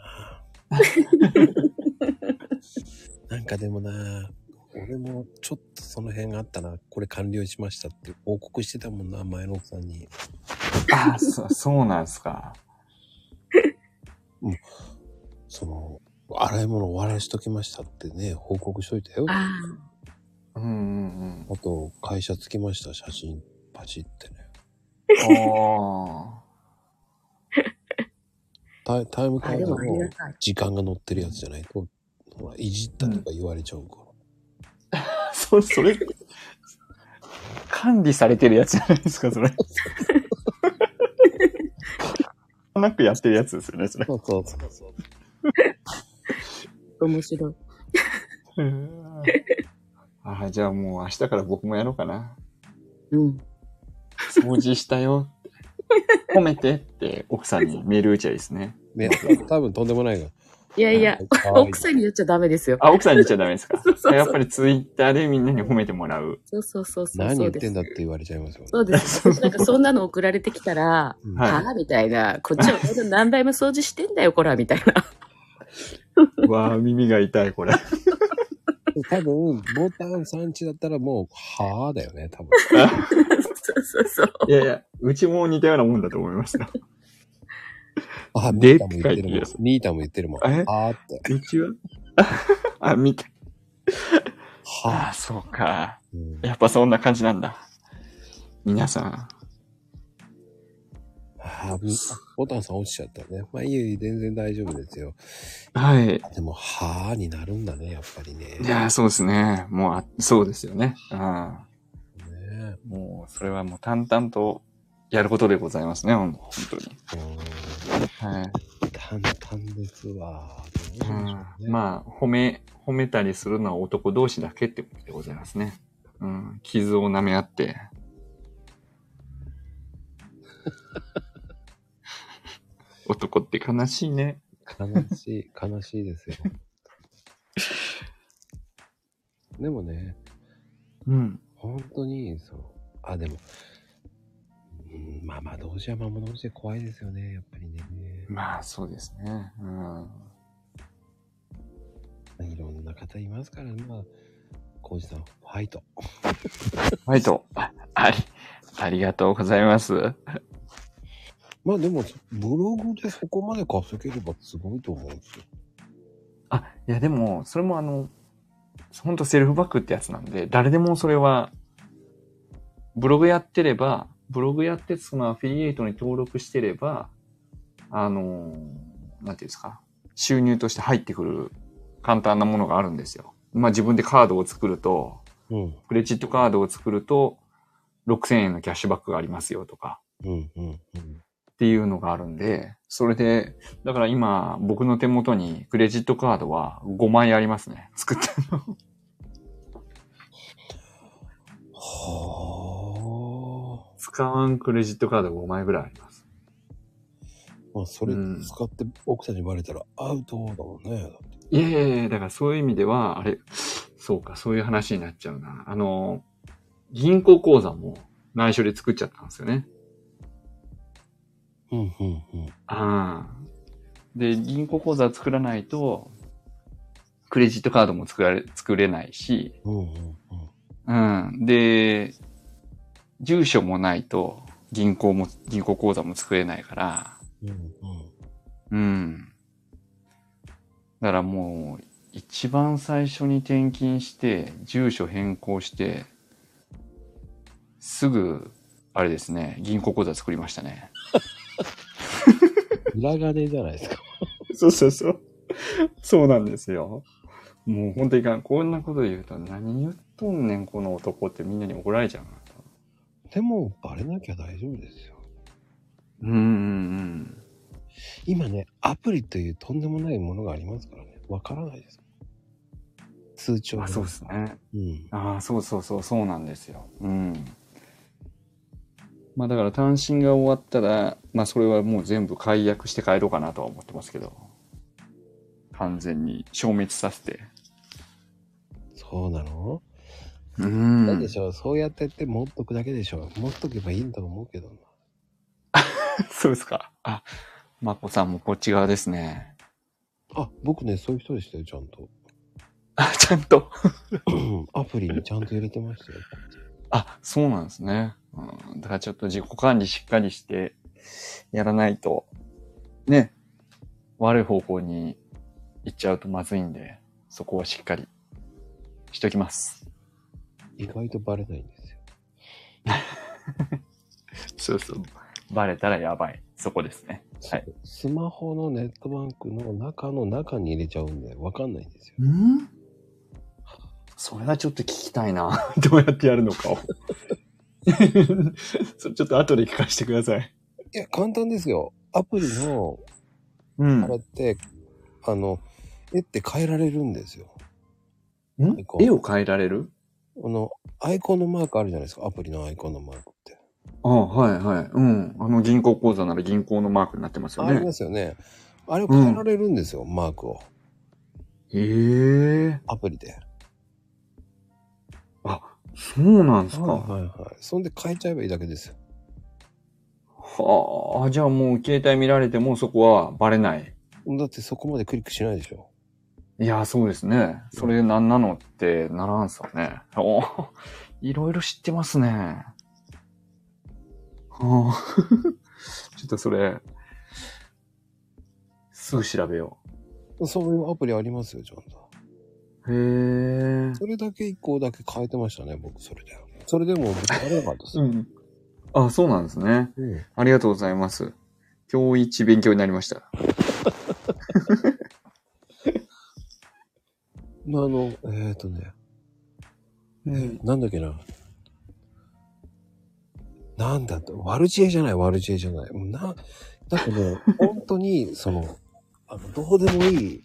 Speaker 1: なんかでもな俺もちょっとその辺があったなこれ完了しましたって報告してたもんな前の奥さんに
Speaker 2: ああ、そそうなんですか。
Speaker 1: その洗い物終わらしときましたってね報告しといたよあ
Speaker 3: あ
Speaker 2: うんうん
Speaker 1: と会社着きました写真パチってね
Speaker 2: うん。お
Speaker 1: タイタイム
Speaker 3: あ。
Speaker 1: カ
Speaker 3: あ、
Speaker 1: ー
Speaker 3: で
Speaker 1: ド
Speaker 3: もありが
Speaker 1: の
Speaker 3: たい。
Speaker 1: 時間が載ってるやつじゃないとほらいじったとか言われちゃうから、
Speaker 2: ー。そ、それ、管理されてるやつじゃないですか、それ。 なくやってるやつですよね、それ。
Speaker 1: そうそうそうそう
Speaker 3: 面白い。
Speaker 2: ああ、じゃあもう明日から僕もやろうかな。
Speaker 3: うん。
Speaker 2: 掃除したよ。褒めてって奥さんにメール打ちゃいいですね。
Speaker 1: ね多分とんでもないが
Speaker 3: いやい や、奥さんに
Speaker 1: に
Speaker 3: 言っちゃダメですよ。
Speaker 2: あ、奥さんに言っちゃダメですか
Speaker 3: そうそうそう
Speaker 2: やっぱりツイッターでみんなに褒めてもらう。
Speaker 3: そうそうそうそう。
Speaker 1: 何
Speaker 3: そ
Speaker 1: 言
Speaker 3: う
Speaker 1: っ
Speaker 3: で
Speaker 1: て
Speaker 3: す
Speaker 1: んだって言われちゃいますよね
Speaker 3: そうです。私なんかそんなの送られてきたら、
Speaker 1: うん
Speaker 2: はい
Speaker 3: はあみたいな。こっ ちは俺の何倍も掃除してんだよ、こら、みたいな。
Speaker 2: わあ、耳が 痛い、これ。
Speaker 1: 多分、ボタン産地だったらもう、はぁだよね、 多分。
Speaker 3: そうそうそう。
Speaker 2: いやいや、うちも似たようなもんだと思いました。
Speaker 1: あ、
Speaker 2: で
Speaker 1: ミータも言ってるもん
Speaker 2: で
Speaker 1: ミータも言ってるもん。
Speaker 2: っかい。え
Speaker 1: はぁって。
Speaker 2: うちは あ、見た。
Speaker 1: はぁ。
Speaker 2: あ、そうか。
Speaker 1: うん
Speaker 2: やっぱそんな感じなんだ。皆さん。
Speaker 1: はぁみボタンさん落ちちゃったね。まあいいよ、全然大丈夫ですよ。
Speaker 2: はい。
Speaker 1: でも、はぁになるんだね、やっぱりね。
Speaker 2: い
Speaker 1: ね
Speaker 2: や、そうですね。もうあ、そうですよね。うん。
Speaker 1: え
Speaker 2: もう、それはもう淡々とやることでございますね、ほん本当に。
Speaker 1: う
Speaker 2: はい。
Speaker 1: ん。淡々ですわ。どうなんでしょうね
Speaker 2: まあ、褒め、褒めたりするのは男同士だけってことでございますね。うん。傷を舐め合 って。男って悲しいね。
Speaker 1: 悲しい、悲しいですよ。でもね、
Speaker 2: うん。
Speaker 1: 本当に、そう。あ、でも、うん、まあまあ、同士はまあまあ同士で怖いですよね、やっぱりね。
Speaker 2: まあ、そうですね。うん。
Speaker 1: いろんな方いますから、まあ、コウジさん、ファイト。
Speaker 2: はいと、ああり、ありがとうございます。
Speaker 1: まあでも、ブログでそこまで稼げればすごいと思うんですよ。
Speaker 2: あ、いやでも、それもあの、ほんとセルフバックってやつなんで、誰でもそれは、ブログやってれば、ブログやって、そのアフィリエイトに登録してれば、あのーなんていうんですか、収入として入ってくる簡単なものがあるんですよ。まあ自分でカードを作ると、
Speaker 1: うん、
Speaker 2: クレジットカードを作ると、6000円のキャッシュバックがありますよとか、
Speaker 1: うん、うん、うん。
Speaker 2: っていうのがあるんで、それで、だから今、僕の手元にクレジットカードは5枚ありますね。作ったの。
Speaker 1: は
Speaker 2: 使わんクレジットカード5枚ぐらいあります。
Speaker 1: あ。まあ、それ
Speaker 2: うん
Speaker 1: 使って奥さんにバレたらアウトだもんね。だって
Speaker 2: いやいやいや、だからそういう意味では、あれ、そうか、そういう話になっちゃうな。あの、銀行口座も内緒で作っちゃったんですよね。
Speaker 1: うん、うん、うん。
Speaker 2: ああ。で、銀行口座作らないと、クレジットカードも作られ、作れないし、
Speaker 1: うん、うん、うん。
Speaker 2: うん。で、住所もないと、銀行も、銀行口座も作れないから、
Speaker 1: うん、うん。
Speaker 2: うん。だからもう、一番最初に転勤して、住所変更して、すぐ、あれですね、銀行口座作りましたね。
Speaker 1: 裏金じゃないですか。
Speaker 2: そうそうそう。そうなんですよ。もう本当にいかん。こんなこと言うと、何言っとんねん、この男ってみんなに怒られちゃうな。
Speaker 1: でも、バレなきゃ大丈夫ですよ。
Speaker 2: うんうんうん。
Speaker 1: 今ね、アプリというとんでもないものがありますからね。わからないです。通帳
Speaker 2: あ、
Speaker 1: が
Speaker 2: そうですね。
Speaker 1: うん。
Speaker 2: ああ、そうそうそう、そうなんですよ。うん。まあだから単身が終わったら、まあそれはもう全部解約して帰ろうかなとは思ってますけど。完全に消滅させて。
Speaker 1: そうなの、
Speaker 2: う
Speaker 1: なんで
Speaker 2: ん。
Speaker 1: しょうそうやってって持っとくだけでしょ持っとけばいいんだと思うけどな。
Speaker 2: そうですか。あ、まこさんもこっち側ですね。
Speaker 1: あ、僕ね、そういう人でしたよ、ちゃんと。
Speaker 2: あ、ちゃんと。
Speaker 1: うんアプリにちゃんと入れてましたよ。
Speaker 2: あ、そうなんですね。うん。だからちょっと自己管理しっかりして、やらないと、ね、悪い方向に行っちゃうとまずいんで、そこはしっかりしときます。
Speaker 1: 意外とバレないんですよ。
Speaker 2: そうそう。バレたらやばい。そこですね。はい。
Speaker 1: スマホのネットバンクの中の中に入れちゃうんで、わかんないんですよ。
Speaker 2: んそれはちょっと聞きたいな。 どうやってやるのかを。 それちょっと後で聞かせてください。
Speaker 1: いや、簡単ですよ。アプリの、
Speaker 2: う
Speaker 1: あれって、あの、絵って変えられるんですよ。
Speaker 2: ん絵を変えられる
Speaker 1: この、アイコンのマークあるじゃないですか。アプリのアイコンのマークって。
Speaker 2: ああはいはい。うん。あの銀行口座なら銀行のマークになってますよ
Speaker 1: ありま
Speaker 2: ね。
Speaker 1: すよね。あれを変えられるんですよ、マークを。
Speaker 2: へえ。
Speaker 1: アプリで。
Speaker 2: あ、そうなんですか。
Speaker 1: はいはい。そんで変えちゃえばいいだけですよ。
Speaker 2: はあ、じゃあもう携帯見られてもそこはバレない。
Speaker 1: だってそこまでクリックしないでしょ。
Speaker 2: いや、そうですね。それなんなのってならんすよね。おーいろいろ知ってますね。はあ、 ちょっとそれ、すぐ調べよ
Speaker 1: そういうアプリありますよ、ちゃんと。
Speaker 2: う。へえ。
Speaker 1: それだけ一個だけ変えてましたね、僕、それで。それでも、僕、あれなかったです
Speaker 2: う
Speaker 1: よ。
Speaker 2: ん。あ、そうなんですね。
Speaker 1: うん
Speaker 2: ありがとうございます。今日一勉強になりました。
Speaker 1: まあ、あの、えっ、ー、とね、なんだっけな。なんだって、悪知恵じゃない、悪知恵じゃない。な、だって ね、本当に、その、あの、どうでもいい、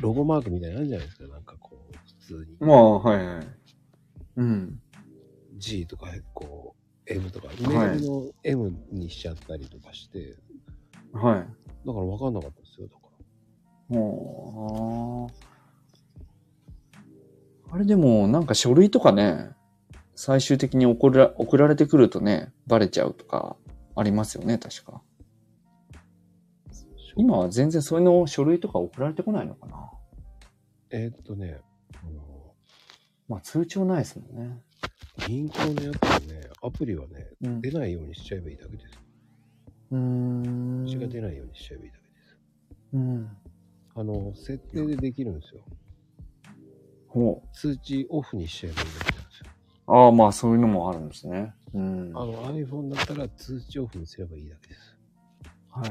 Speaker 1: ロゴマークみたいなのあるじゃないですか。なんかこう、普通に
Speaker 2: まあ、はいはい。うん。
Speaker 1: G とか、こう、M とか、メ
Speaker 2: はい
Speaker 1: ールの M にしちゃったりとかして、
Speaker 2: はい。
Speaker 1: だから分かんなかったですよ、だから。
Speaker 2: もう、あーあれでも、なんか書類とかね、最終的に送ら送られてくるとね、バレちゃうとか、ありますよね、確か。今は全然そういうの書類とか送られてこないのかな。
Speaker 1: えーっとね、あの
Speaker 2: まあ通帳ないですもんね。
Speaker 1: 銀行のやつはね、アプリはね、
Speaker 2: うん
Speaker 1: 出ないようにしちゃえばいいだけです。
Speaker 2: うん
Speaker 1: 血が出ないようにしちゃえばいいだけです。
Speaker 2: うん。
Speaker 1: あの、設定でできるんですよ。
Speaker 2: ほ
Speaker 1: 通知オフにしちゃえばいいだけなんですよ。
Speaker 2: う。ああ、まあそういうのもあるんですね。うん。
Speaker 1: あの iPhone だったら通知オフにすればいいだけです。
Speaker 2: はい。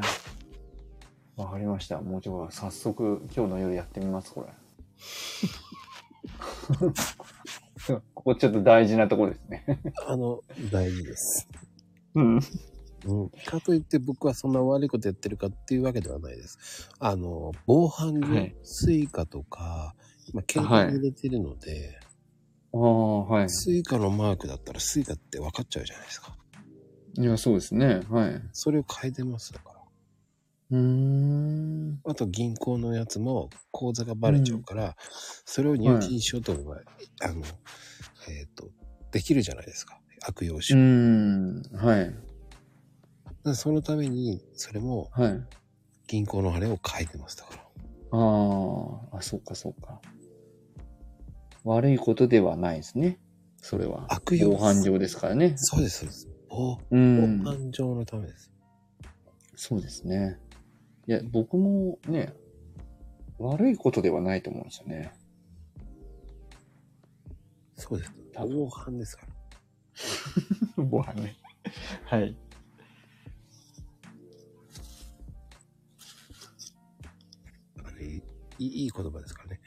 Speaker 2: わかりました。もうちょっと早速、今日の夜やってみま す、これ。ここちょっと大事なところですね。
Speaker 1: あの、大事です。
Speaker 2: うん。
Speaker 1: うん。かといって僕はそんな悪いことやってるかっていうわけではないです。あの、防犯
Speaker 2: は
Speaker 1: 上
Speaker 2: い、
Speaker 1: スイカとか、今、検索に入れてるので、
Speaker 2: ああ、はい。
Speaker 1: スイカのマークだったらスイカって分かっちゃうじゃないですか。
Speaker 2: いや、そうですね。はい。
Speaker 1: それを変えてますだから。
Speaker 4: うーん。
Speaker 1: あと銀行のやつも口座がバレちゃうから、それを入金しようと思えば、あの、えっ、と、できるじゃないですか。悪用し
Speaker 4: う
Speaker 1: よう。
Speaker 4: ん。はい。
Speaker 1: だからそのために、それも
Speaker 4: はい。
Speaker 1: 銀行のあれを書いてますだから。
Speaker 4: ああ、あ、そうか、そうか。悪いことではないですね。それは。
Speaker 1: 悪用
Speaker 4: 防犯上ですからね。
Speaker 1: そうです、そうです。防
Speaker 4: う
Speaker 1: 防
Speaker 4: ん。
Speaker 1: 犯上のためです。
Speaker 4: そうですね。いや、僕もね、悪いことではないと思うんですよ ね。
Speaker 1: そうです。
Speaker 4: 多分
Speaker 1: 防犯ですから。
Speaker 2: ご飯ね。はい。
Speaker 1: あのいいいい言葉ですからね。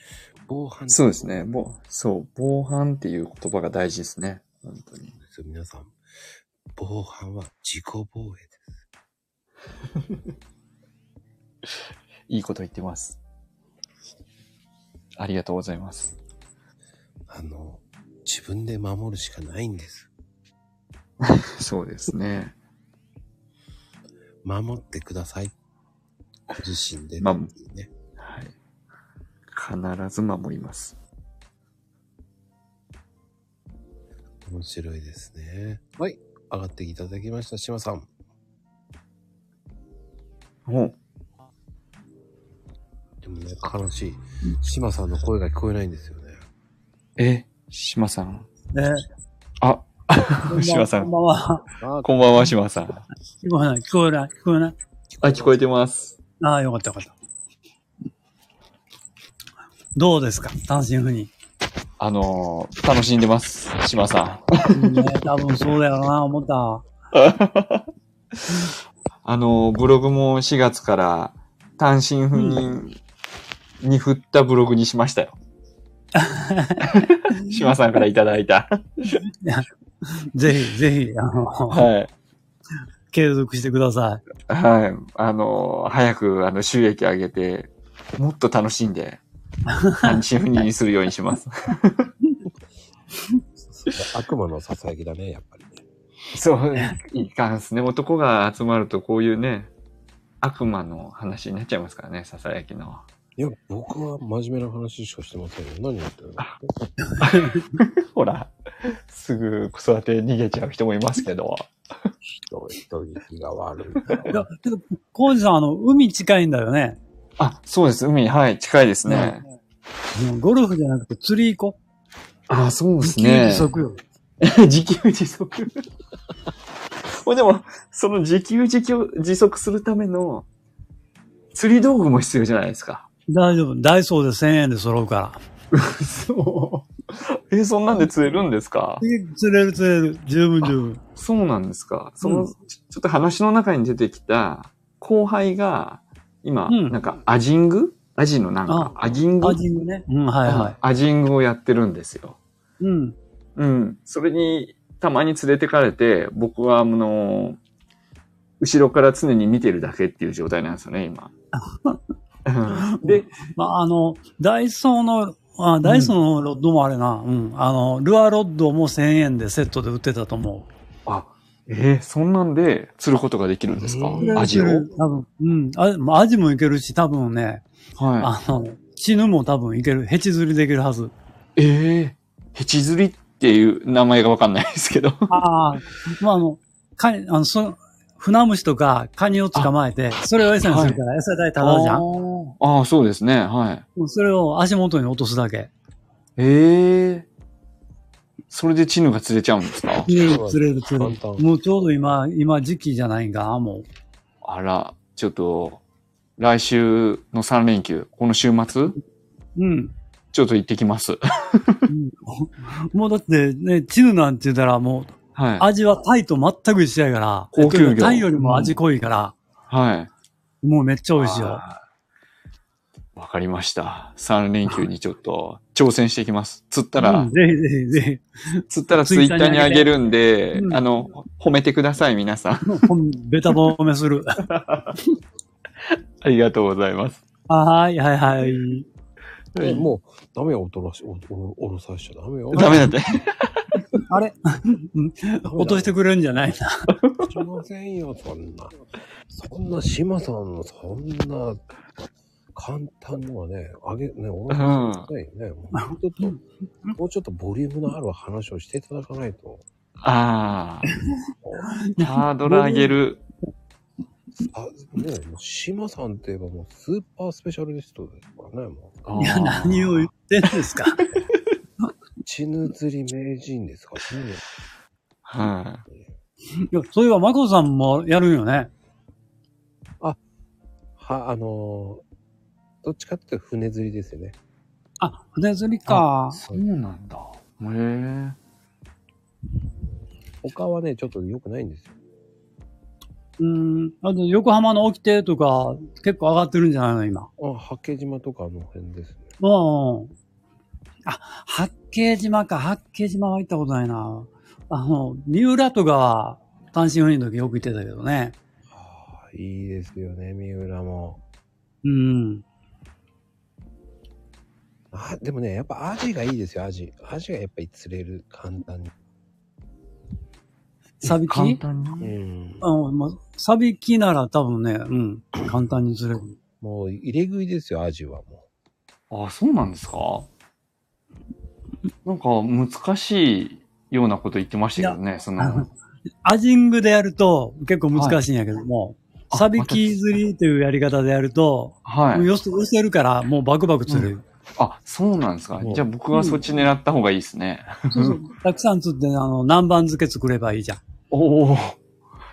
Speaker 1: 防犯
Speaker 4: そうですね。ぼそう、防犯っていう言葉が大事ですね。本当に。
Speaker 1: ですよ皆さん。防犯は自己防衛です。
Speaker 2: いいこと言ってます。ありがとうございます。
Speaker 1: あの、自分で守るしかないんです。
Speaker 4: そうです ね。
Speaker 1: 守ってください。ご自身で、
Speaker 4: まあ
Speaker 1: ね。
Speaker 4: はい。必ず守ります。
Speaker 1: 面白いですね。はい。上がっていただきました、島さん。
Speaker 4: ほう。
Speaker 1: でもね、悲しい。島さんの声が聞こえないんですよね。
Speaker 2: え、島さん。
Speaker 5: ね。
Speaker 2: あ、島さ
Speaker 5: こ
Speaker 2: ん
Speaker 5: ん。ばんは。
Speaker 1: あ
Speaker 2: こんばんは、島さん。
Speaker 5: 聞こえない、聞こえない、聞こえない。
Speaker 2: あ、聞こえてます。
Speaker 5: ああ、よかったよかった。どうですか単身赴任。
Speaker 2: あのー、楽しんでます、島さん。
Speaker 5: ね、多分そうだよな、思った。
Speaker 2: あのー、ブログも4月から単身赴任に振ったブログにしました よ。島さんからいただい た。
Speaker 5: ぜひ、ぜひ、あの、
Speaker 2: はい。
Speaker 5: 継続してください。
Speaker 2: はい。あの、早く、あの、収益上げて、もっと楽しんで、単身赴任にするようにします。
Speaker 1: 悪魔のささやきだね、やっぱりね。
Speaker 2: そう、いかんすね。男が集まると、こういうね、悪魔の話になっちゃいますからね、ささやきの。
Speaker 1: いや、僕は真面目な話しかしてませんよ。何言ってるの
Speaker 2: ほら、すぐ子育て逃げちゃう人もいますけど。
Speaker 1: 人、人聞きが悪いから
Speaker 5: いや、てかコウジさん、あの、海近いんだよね。
Speaker 2: あ、そうです。海、はい、近いですね。
Speaker 5: うんゴルフじゃなくて釣り行こ
Speaker 2: あ、そう
Speaker 5: う。
Speaker 2: ですね。
Speaker 5: 自給自足よ。
Speaker 2: 自給自足。もうでも、その自給自給自足するための釣り道具も必要じゃないですか。
Speaker 5: 大丈夫。ダイソーで1000円で揃うから。
Speaker 2: そう。え、そんなんで釣れるんですか
Speaker 5: え釣れる釣れる。十分十分。
Speaker 2: そうなんですか。その、
Speaker 5: うん
Speaker 2: ちょちょっと話の中に出てきた後輩が、今、
Speaker 5: うん
Speaker 2: なんかアジングアジのなんか、アギング
Speaker 5: アジングね。うん、はいは
Speaker 2: アジングをやってるんですよ。
Speaker 5: い。うん。
Speaker 2: うん。それに、たまに連れてかれて、僕は、あの、後ろから常に見てるだけっていう状態なんですよね、今。うんで、
Speaker 5: まあ、あの、ダイソーの、あダイソーのロッドもあれな、うん、あの、ルアーロッドも1000円でセットで売ってたと思う。
Speaker 2: あ、えーそんなんで釣ることができるんですか
Speaker 1: うん
Speaker 2: アジを。はい。
Speaker 5: 多分、うん、あまあアジもいけるし、多分ね、あの、死ぬも多分いける、ヘチ釣りできるはず。
Speaker 2: ええヘチ釣りっていう名前がわかんないですけど。
Speaker 5: ああ、 まあ、あの、カニ、あの、その、船虫とかカニを捕まえて、それを餌にするから、餌代ただじゃ
Speaker 2: あ
Speaker 5: ん。
Speaker 2: ーあー、そうですね。はい。
Speaker 5: もうそれを足元に落とすだけ。
Speaker 2: ええそれでチヌが釣れちゃうんですか
Speaker 5: 釣れる、釣れる、釣れ
Speaker 1: 簡
Speaker 5: る。
Speaker 1: 単。
Speaker 5: もうちょうど今、今時期じゃないんかな、も
Speaker 2: あら、ちょっと、来週の3連休、この週末、
Speaker 5: う。うん。
Speaker 2: ちょっと行ってきます。
Speaker 5: うんもうだってね、チヌなんて言ったらもう
Speaker 2: はい。
Speaker 5: 味はタイと全く一緒やから、
Speaker 2: 高級魚
Speaker 5: えっとタイよりも味濃いから、
Speaker 2: はい。
Speaker 5: もうめっちゃ美味しいよ。
Speaker 2: あーわかりました。3連休にちょっと挑戦してきます。釣ったら、
Speaker 5: うんぜひぜひぜ
Speaker 2: 釣ったらツ
Speaker 5: ツ
Speaker 2: イッ
Speaker 5: イッ
Speaker 2: タ
Speaker 5: タ
Speaker 2: ー
Speaker 5: ー
Speaker 2: に
Speaker 5: に
Speaker 2: あ
Speaker 5: あ
Speaker 2: げ
Speaker 5: げ
Speaker 2: るんで、
Speaker 5: うん
Speaker 2: あの、褒めてください、皆さん。
Speaker 5: ひ。もうほんベタ褒め する。
Speaker 2: ありがとうございます。
Speaker 5: はいはいはい。
Speaker 1: えもう、ダメよ、おとらし、お、お、おろさしちゃダメよ。
Speaker 2: ダメだって。
Speaker 5: あれ落としてくれるんじゃないな。
Speaker 1: しませんよ、そんな。そんな、島さんの、そんな、簡単のはね、あげ、ね、おろさないよね。もうちょっと、もうちょっとボリュームのある話をしていただかないと。
Speaker 2: ああ。ハードル上げる。
Speaker 1: あ、ね、もう島さんって言えばもうスーパースペシャリストですからね、もう。
Speaker 2: あ
Speaker 5: いや、
Speaker 2: ー
Speaker 5: 何を言ってんですか。
Speaker 1: 血釣り名人ですからね。
Speaker 2: はい
Speaker 5: や、そういえば、マコさんもやるよね。
Speaker 1: は、あのーどっちかっていうと船釣りですよね。
Speaker 5: あ、船釣りか
Speaker 2: い。。そうなんだ。へ
Speaker 1: 他はね、ちょっと良くないんですよ。
Speaker 5: うん。あと、横浜の掟とか、結構上がってるんじゃないの、今。
Speaker 1: あ、八景島とかあの辺ですね。
Speaker 5: うん。あ、八景島か。八景島は行ったことないな。あの、三浦とかは、単身赴任の時よく行ってたけどね。
Speaker 1: はあ、いいですよね、三浦も。
Speaker 5: うん。
Speaker 1: あ、でもね、やっぱアジがいいですよ、アジ。アジがやっぱり釣れる、簡単に。
Speaker 5: サ
Speaker 2: え。
Speaker 5: ビキ
Speaker 2: 簡単
Speaker 1: う
Speaker 2: に。
Speaker 1: ん。
Speaker 5: うん、まあ、サビキなら多分ね、うん、簡単に釣れる。
Speaker 1: もう、入れ食いですよ、アジはも
Speaker 2: あ、そうなんですかなんか難しいようなこと言ってましたけどね、そ
Speaker 5: あ
Speaker 2: の
Speaker 5: の。アジングでやると結構難しいんやけども、
Speaker 2: あ
Speaker 5: サビキ釣りというやり方でやると、
Speaker 2: はい。
Speaker 5: 寄せ寄せるからもうバクバク釣れる。
Speaker 2: あ、そうなんですか
Speaker 1: も。う
Speaker 2: じゃあ僕はそっち狙った方がいいですね。
Speaker 5: そうそうたくさん釣って、あの、南蛮漬け作ればいいじゃん。
Speaker 2: おお。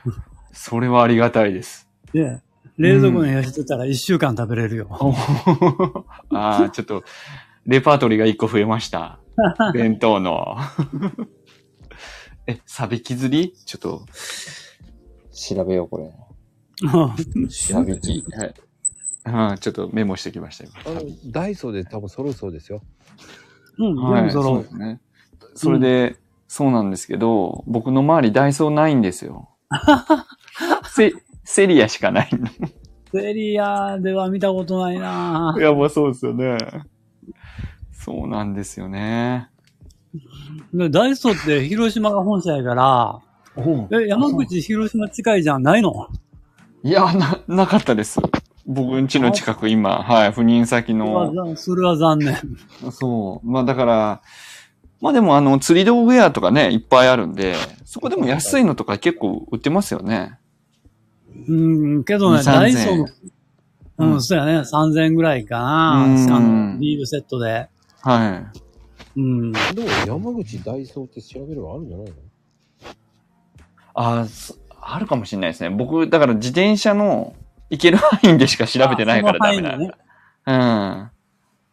Speaker 2: それはありがたいです。
Speaker 5: で、冷蔵庫に冷やしてたら1週間食べれるよ。
Speaker 2: おー ああ、ちょっと、レパートリーが一個増えま した。弁当の。 え、サビキ釣りちょっと、
Speaker 4: 調べよう、これ。
Speaker 1: う。
Speaker 4: サビキ。はい。
Speaker 2: うん、ちょっとメモしてきましたよ。
Speaker 1: あの、ダイソーで多分揃うそうですよ。
Speaker 5: うん、
Speaker 2: は
Speaker 5: 全
Speaker 2: い、
Speaker 5: 部揃
Speaker 2: そう
Speaker 5: う
Speaker 2: で。すね。それで、そうなんですけど、僕の周りダイソーないんです よ。セセリアしかないんで。
Speaker 5: セリアでは見たことないない
Speaker 2: や、まあそうですよね。そうなんですよね。
Speaker 5: でダイソーって広島が本社やから、
Speaker 2: お
Speaker 5: え、山口広島近いじゃん、ないの
Speaker 2: いや、な、なかったです。僕ん家の近く今、はい、赴任先の
Speaker 5: それは残それは残念。
Speaker 2: そう。まあだから、まあでもあの、釣り道具屋とかね、いっぱいあるんで、そこでも安いのとか結構売ってますよね。
Speaker 5: うん、けどね、
Speaker 2: 2000
Speaker 5: ダイソーの、うん、
Speaker 2: うん
Speaker 5: そうやね、3000円ぐらいかな、
Speaker 2: うん
Speaker 5: あのビールセットで。
Speaker 2: はい。
Speaker 5: うん。
Speaker 1: でも、山口ダイソーって調べればあるんじゃないの
Speaker 2: あ、そあるかもしれないですね。僕、だから自転車の行ける範囲でしか調べてないから
Speaker 5: あ
Speaker 2: ダメ
Speaker 5: その
Speaker 2: な
Speaker 5: 範囲
Speaker 2: ん
Speaker 5: のね
Speaker 2: だ。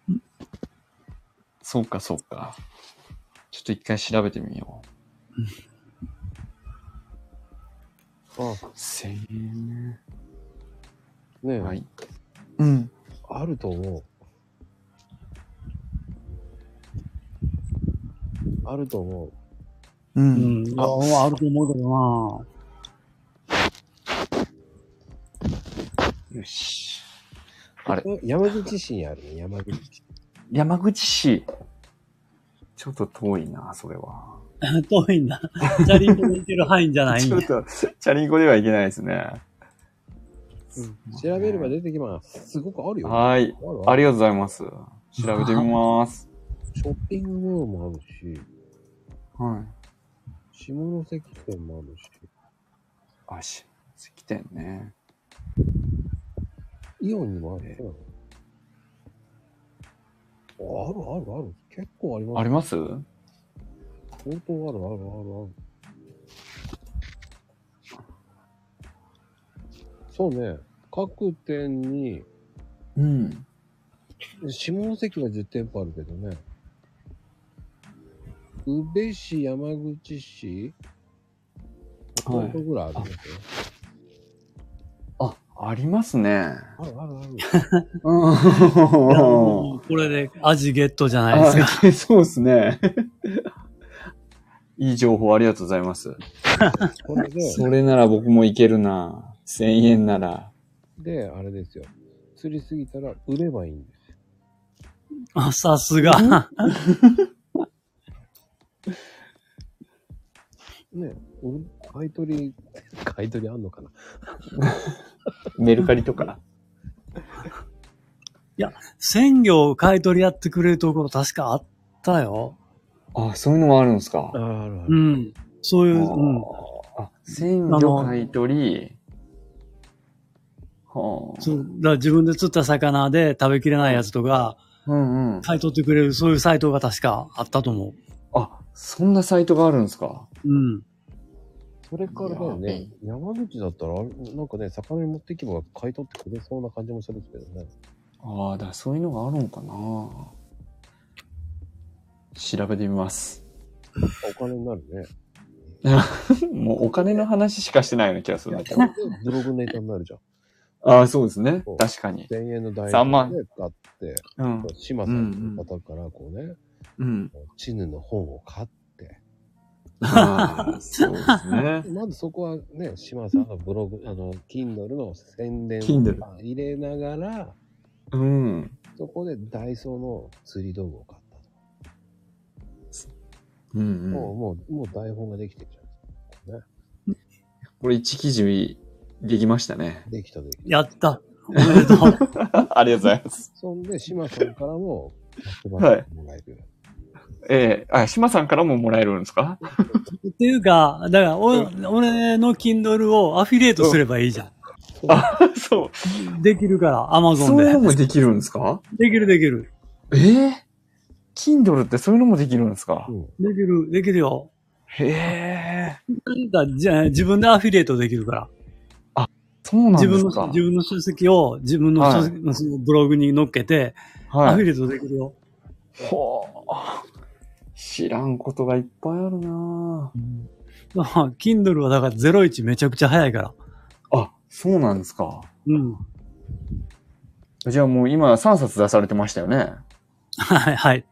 Speaker 2: うん。そうか、そうか。ちょっと一回調べてみよう。
Speaker 1: あ、
Speaker 2: 1000円
Speaker 1: ねえ、
Speaker 2: はい。うん。
Speaker 1: あると思う。あると思う。
Speaker 2: う。
Speaker 5: うんん、いやあると思うけど
Speaker 2: よし。あれ
Speaker 1: え山口市にあるね、山口市。
Speaker 2: 山口市。ちょっと遠いな、それは。
Speaker 5: な 遠いん だ。チャリンコで行ける範囲じゃないん
Speaker 2: ちょ
Speaker 5: だ
Speaker 2: っ。と、チャリンコではいけないですね。
Speaker 1: 調べれば出てきます。すごくあるよ。
Speaker 2: はー
Speaker 1: ある
Speaker 2: い。あ
Speaker 1: ある
Speaker 2: りがとうございます。調べてみます。
Speaker 1: ショッピングモールもある
Speaker 2: はい。
Speaker 1: し、下関店もあるし、
Speaker 2: あ、し、石店ね。
Speaker 1: イオンにもあるよ。ああるあるある。結構あり
Speaker 2: あ
Speaker 1: ます。
Speaker 2: ります
Speaker 1: 相当あるあるあるある。そうね。各店に、
Speaker 2: うん。
Speaker 1: 下関は10店舗あるけどね。宇部市、山口市、
Speaker 2: はい
Speaker 1: 弟ぐらいありますよ。
Speaker 2: あ、ありますね。
Speaker 1: あるあるある。
Speaker 2: うん。
Speaker 5: いやもうこれで味ゲットじ ゃないですか。
Speaker 2: あ そうですね。いい情報ありがとうございます。
Speaker 1: こ れで、
Speaker 2: それなら僕もいけるな。1000円なら。
Speaker 1: で、あれですよ。釣りすぎたら売ればいいんです。
Speaker 5: あ、さすが。
Speaker 1: ね、うん買い取り、買い取りあんのかな
Speaker 2: メルカリとか。
Speaker 5: 鮮魚買い取りやってくれるところ確かあったよ。
Speaker 2: あ、そういうのもあるんですか。
Speaker 1: ああるあ
Speaker 5: う
Speaker 1: る。
Speaker 5: ん。そういう、うん。
Speaker 2: あ、鮮
Speaker 5: あ
Speaker 2: 魚
Speaker 5: の
Speaker 2: 買い取り。はあ。
Speaker 5: そうだから自分で釣った魚で食べきれないやつとか、
Speaker 2: うんうん。
Speaker 5: 買い取ってくれる、そういうサイトが確かあったと思
Speaker 2: あ、そんなサイトがあるんですか。
Speaker 5: う。うん。
Speaker 1: それからだよね、山口だったら、あれなんかね、魚に持っていけば買い取ってくれそうな感じもするんですけどね。
Speaker 2: ああ、だからそういうのがあるんかな。調べてみます。
Speaker 1: お金になるね。
Speaker 2: もうお金の話しかしてないような気がするんだけど。
Speaker 1: ブログネタになる じゃん。
Speaker 2: ああ、そうですね
Speaker 1: そう。
Speaker 2: 確かに。
Speaker 1: 1000円の台
Speaker 6: 三万
Speaker 1: で買って、
Speaker 2: うん。
Speaker 1: 島さんの方からこうね、
Speaker 2: うん。
Speaker 1: チヌの本を買って、
Speaker 2: ああ、そうです ね。
Speaker 1: まずそこはね、島さんがブログ、あの、Kindle の宣伝
Speaker 2: Kindle
Speaker 1: を入れながら、
Speaker 2: うん。
Speaker 1: そこでダイソーの釣り道具を買ったと。
Speaker 2: うん、うん。
Speaker 1: もう、もう、もう台本ができてるじゃん。ね、
Speaker 2: これ一記事できまし たね。
Speaker 1: できたできた。
Speaker 5: やった。おめでとう。
Speaker 6: ありがとうございます。
Speaker 1: そんで、島さんからも、も
Speaker 6: は
Speaker 1: ら
Speaker 6: い
Speaker 1: える。
Speaker 6: ええあ、島さんからももらえるんですか
Speaker 5: っていうか、だから、お、俺の Kindle をアフィリエイトすればいいじゃ
Speaker 6: あ、そ
Speaker 5: ん。できるから、
Speaker 2: そういうの
Speaker 5: Amazon
Speaker 2: もできるんですか
Speaker 5: で。できるできる。
Speaker 2: えー、?Kindle ってそういうのもできるんですか
Speaker 1: うん。
Speaker 5: できる、できるよ。
Speaker 2: へえ、
Speaker 5: だじゃあ自分でアフィリエイトできるから。
Speaker 2: そうなん
Speaker 5: 自
Speaker 2: で
Speaker 5: 分
Speaker 2: す
Speaker 5: の、
Speaker 2: か
Speaker 5: 自分の書籍を自分の書籍のそのブログに載っけて、アフ
Speaker 2: はい。
Speaker 5: ィリエイトできるよ。
Speaker 2: ほう。知らんことがいっぱいあるな
Speaker 5: だから Kindle はだから01めちゃくちゃ早いから。
Speaker 2: ぁあ、そうなんですか。
Speaker 5: うん。
Speaker 2: じゃあもう今3冊出されてましたよね。
Speaker 5: はい、はい。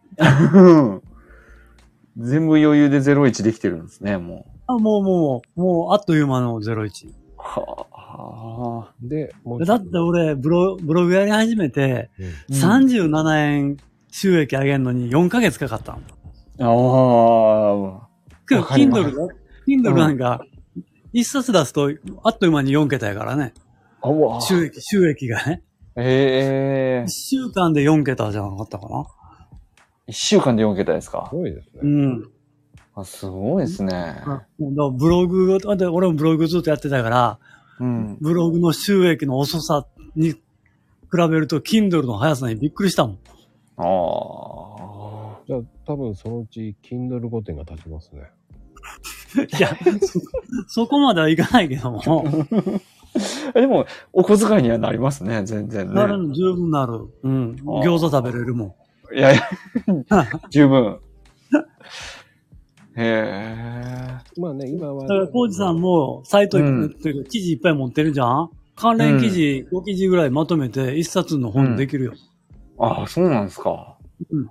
Speaker 2: 全部余裕で01できてるんですね、も
Speaker 5: あ、もうもう、もうあっという間の01。
Speaker 2: う。は
Speaker 1: で、も
Speaker 5: だって俺、ブロブログやり始めて、
Speaker 1: うん
Speaker 2: ぁ
Speaker 5: 37円収益上げるのに4ヶ月かかったの。
Speaker 2: ああ。
Speaker 5: けど、
Speaker 2: わかり
Speaker 5: Kindle
Speaker 2: ます
Speaker 5: だ、Kindle なんか、一冊出すと、あっという間に4桁やからね。
Speaker 2: あわ。
Speaker 5: 収益、収益がね。
Speaker 2: ええ
Speaker 5: 1週間で4桁じゃなかったかな。
Speaker 2: 一週間で4桁です
Speaker 1: す
Speaker 2: か
Speaker 1: ごいです
Speaker 5: う
Speaker 1: ね。
Speaker 5: ん。
Speaker 2: あ、すごいですね。
Speaker 5: もうだからブログを、だって俺もブログずっとやってたから、
Speaker 2: うん。
Speaker 5: ブログの収益の遅さに比べると、Kindle の速さにびっくりしたもん。
Speaker 2: ああ。
Speaker 1: じゃあ、多分そのうち、Kindle 御殿が立ちますね。
Speaker 5: いや、そ そこまではいかないけども、
Speaker 2: えでも、お小遣いにはなりますね、全然ね
Speaker 5: な。るの十分なる。うん。
Speaker 2: あー
Speaker 5: 餃子食べれるもん。
Speaker 2: い やいや、十分。へえ。
Speaker 1: まあね、今は、
Speaker 5: だから、コウジさんも、サイト、
Speaker 2: うん
Speaker 5: というか記事いっぱい持ってるじゃん関連記事、5記事ぐらいまとめて、1冊の本できるよ。
Speaker 2: ああ、そうなんですか。
Speaker 5: うん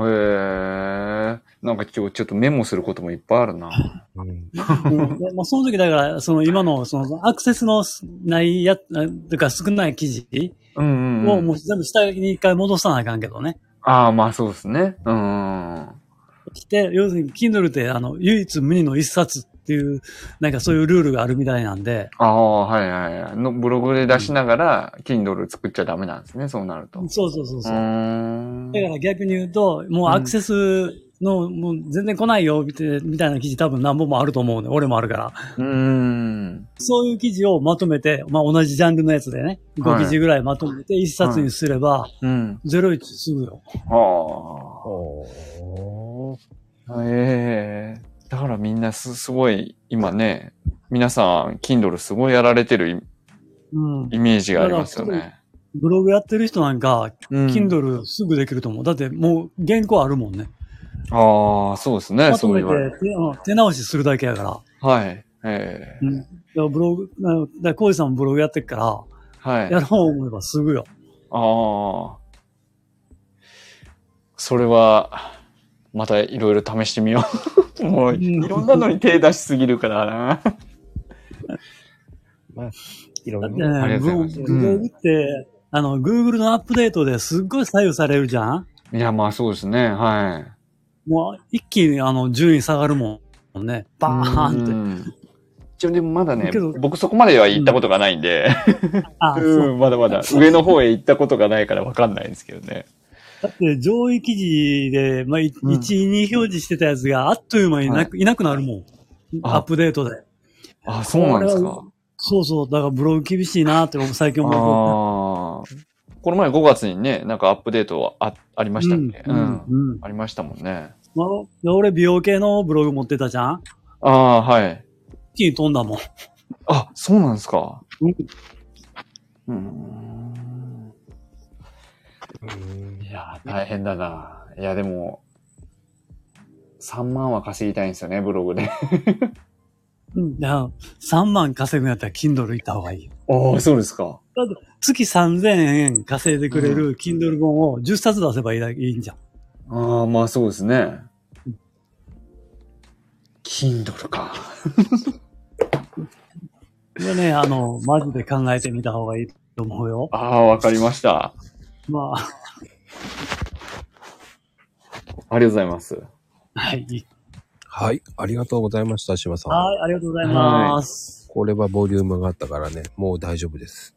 Speaker 2: へえ。なんか今日ちょっとメモすることもいっぱいあるな。
Speaker 1: うん、
Speaker 5: うんでまあ、その時、だから、その今の、その、アクセスのないや、あとか少ない記事
Speaker 2: うんうん
Speaker 5: を、
Speaker 2: うん。
Speaker 5: もう全部下に一回戻さなあかんけどね。
Speaker 2: ああ、まあそうですね。うんうんうん。
Speaker 5: 来て、要するに Kindle ってあの、唯一無二の一冊っていう、なんかそういうルールがあるみたいなんで、
Speaker 2: ああ、はいはいはい。のブログで出しながら、Kindle 作っちゃダメなんですね、そうなると。
Speaker 5: そうそうそう
Speaker 2: う
Speaker 5: そう。
Speaker 2: ーん。
Speaker 5: だから逆に言うと、もうアクセスの、もう全然来ないよみたいなみたいな記事多分何本もあると思うね。俺もあるから。
Speaker 2: うーん。
Speaker 5: そういう記事をまとめて、まあ同じジャンルのやつでね、
Speaker 2: は
Speaker 5: 5
Speaker 2: い
Speaker 5: 記事ぐらいまとめて一冊にすれば、
Speaker 2: うん。
Speaker 5: 01すぐよ。
Speaker 2: は
Speaker 1: おー
Speaker 2: あ。ええだからみんなす、すごい、今ね、皆さん、Kindle すごいやられてる
Speaker 5: うん
Speaker 2: イ。イメージがありますよ
Speaker 5: だか
Speaker 2: ね。
Speaker 5: ブログやってる人なんか、
Speaker 2: うん
Speaker 5: Kindle すぐできると思う。だってもう原稿あるもんね。
Speaker 2: ああ、そうですね、
Speaker 5: まと
Speaker 2: そう
Speaker 5: め
Speaker 2: 言
Speaker 5: て
Speaker 2: われる。
Speaker 5: 手うん手直しするだけやから。
Speaker 2: はい。ええ
Speaker 5: うん。だからブログ、だからコウジさんもブログやってるか
Speaker 2: はい。
Speaker 5: ら、やろう思えばすぐよ。
Speaker 2: ああ。それは、またいろいろ試してみよう。 もう、
Speaker 5: ん
Speaker 2: いろんなのに手出しすぎるからな。
Speaker 1: いろ
Speaker 5: だっ
Speaker 1: ん
Speaker 5: て
Speaker 1: な。
Speaker 2: ありが
Speaker 5: ね、
Speaker 2: と
Speaker 5: ブ
Speaker 2: うご
Speaker 5: ログ
Speaker 2: ざいます
Speaker 5: ブログって、あの、Google のアップデートですっごい左右されるじゃん
Speaker 4: いや、まあそうですね。はい。
Speaker 5: もう一気にあの順位下がるもんね。バーンって。
Speaker 4: って。一応でもまだね
Speaker 5: け、ど
Speaker 2: 僕そこまでは行ったことがないんで、
Speaker 5: あ、
Speaker 2: う
Speaker 5: そう。
Speaker 2: ん、まだまだ上の方へ行ったことがないからわかんないんですけどね。
Speaker 5: だって上位記事で、まあ、い1
Speaker 4: うん
Speaker 5: 位、2位表示してたやつがあっという間にいなく,、い、なくなるもん。
Speaker 2: あ
Speaker 5: アップデートで。
Speaker 2: あ、そうなんです
Speaker 5: こ
Speaker 2: か。
Speaker 5: そうそう。だからブログ厳しいなって僕最近
Speaker 2: ああ
Speaker 5: 思う。
Speaker 2: ー。この前5月にね、なんかアップデートあありましたっけ、
Speaker 5: う
Speaker 2: うんん、
Speaker 5: うんうん
Speaker 2: ありましたもんね。
Speaker 5: まあ、俺美容系のブログ持ってたじゃん
Speaker 2: ああ、はい。
Speaker 5: 一気に飛んだもん。
Speaker 2: あ、そうなんですか。
Speaker 4: うん。
Speaker 1: うん
Speaker 4: いや、大変だな。いや、でも、3万は稼ぎたいんですよね、ブログで。
Speaker 5: うん、だから3万稼ぐんやったら Kindle 行った方がいい。
Speaker 4: ああ、そうですか。
Speaker 5: 月3000円稼いでくれる Kindle 本を10冊出せばいいだいいんじゃん。
Speaker 4: ああ、まあそうですね。Kindle か。
Speaker 5: でね、あの、マジで考えてみた方がいいと思うよ。
Speaker 2: ああ、わかりました。
Speaker 5: まあ、
Speaker 4: ありがとうございます。
Speaker 5: はい。
Speaker 1: はい。ありがとうございました、島さん。
Speaker 5: はい、ありがとうございます。
Speaker 1: これはボリュームがあったからね、もう大丈夫です。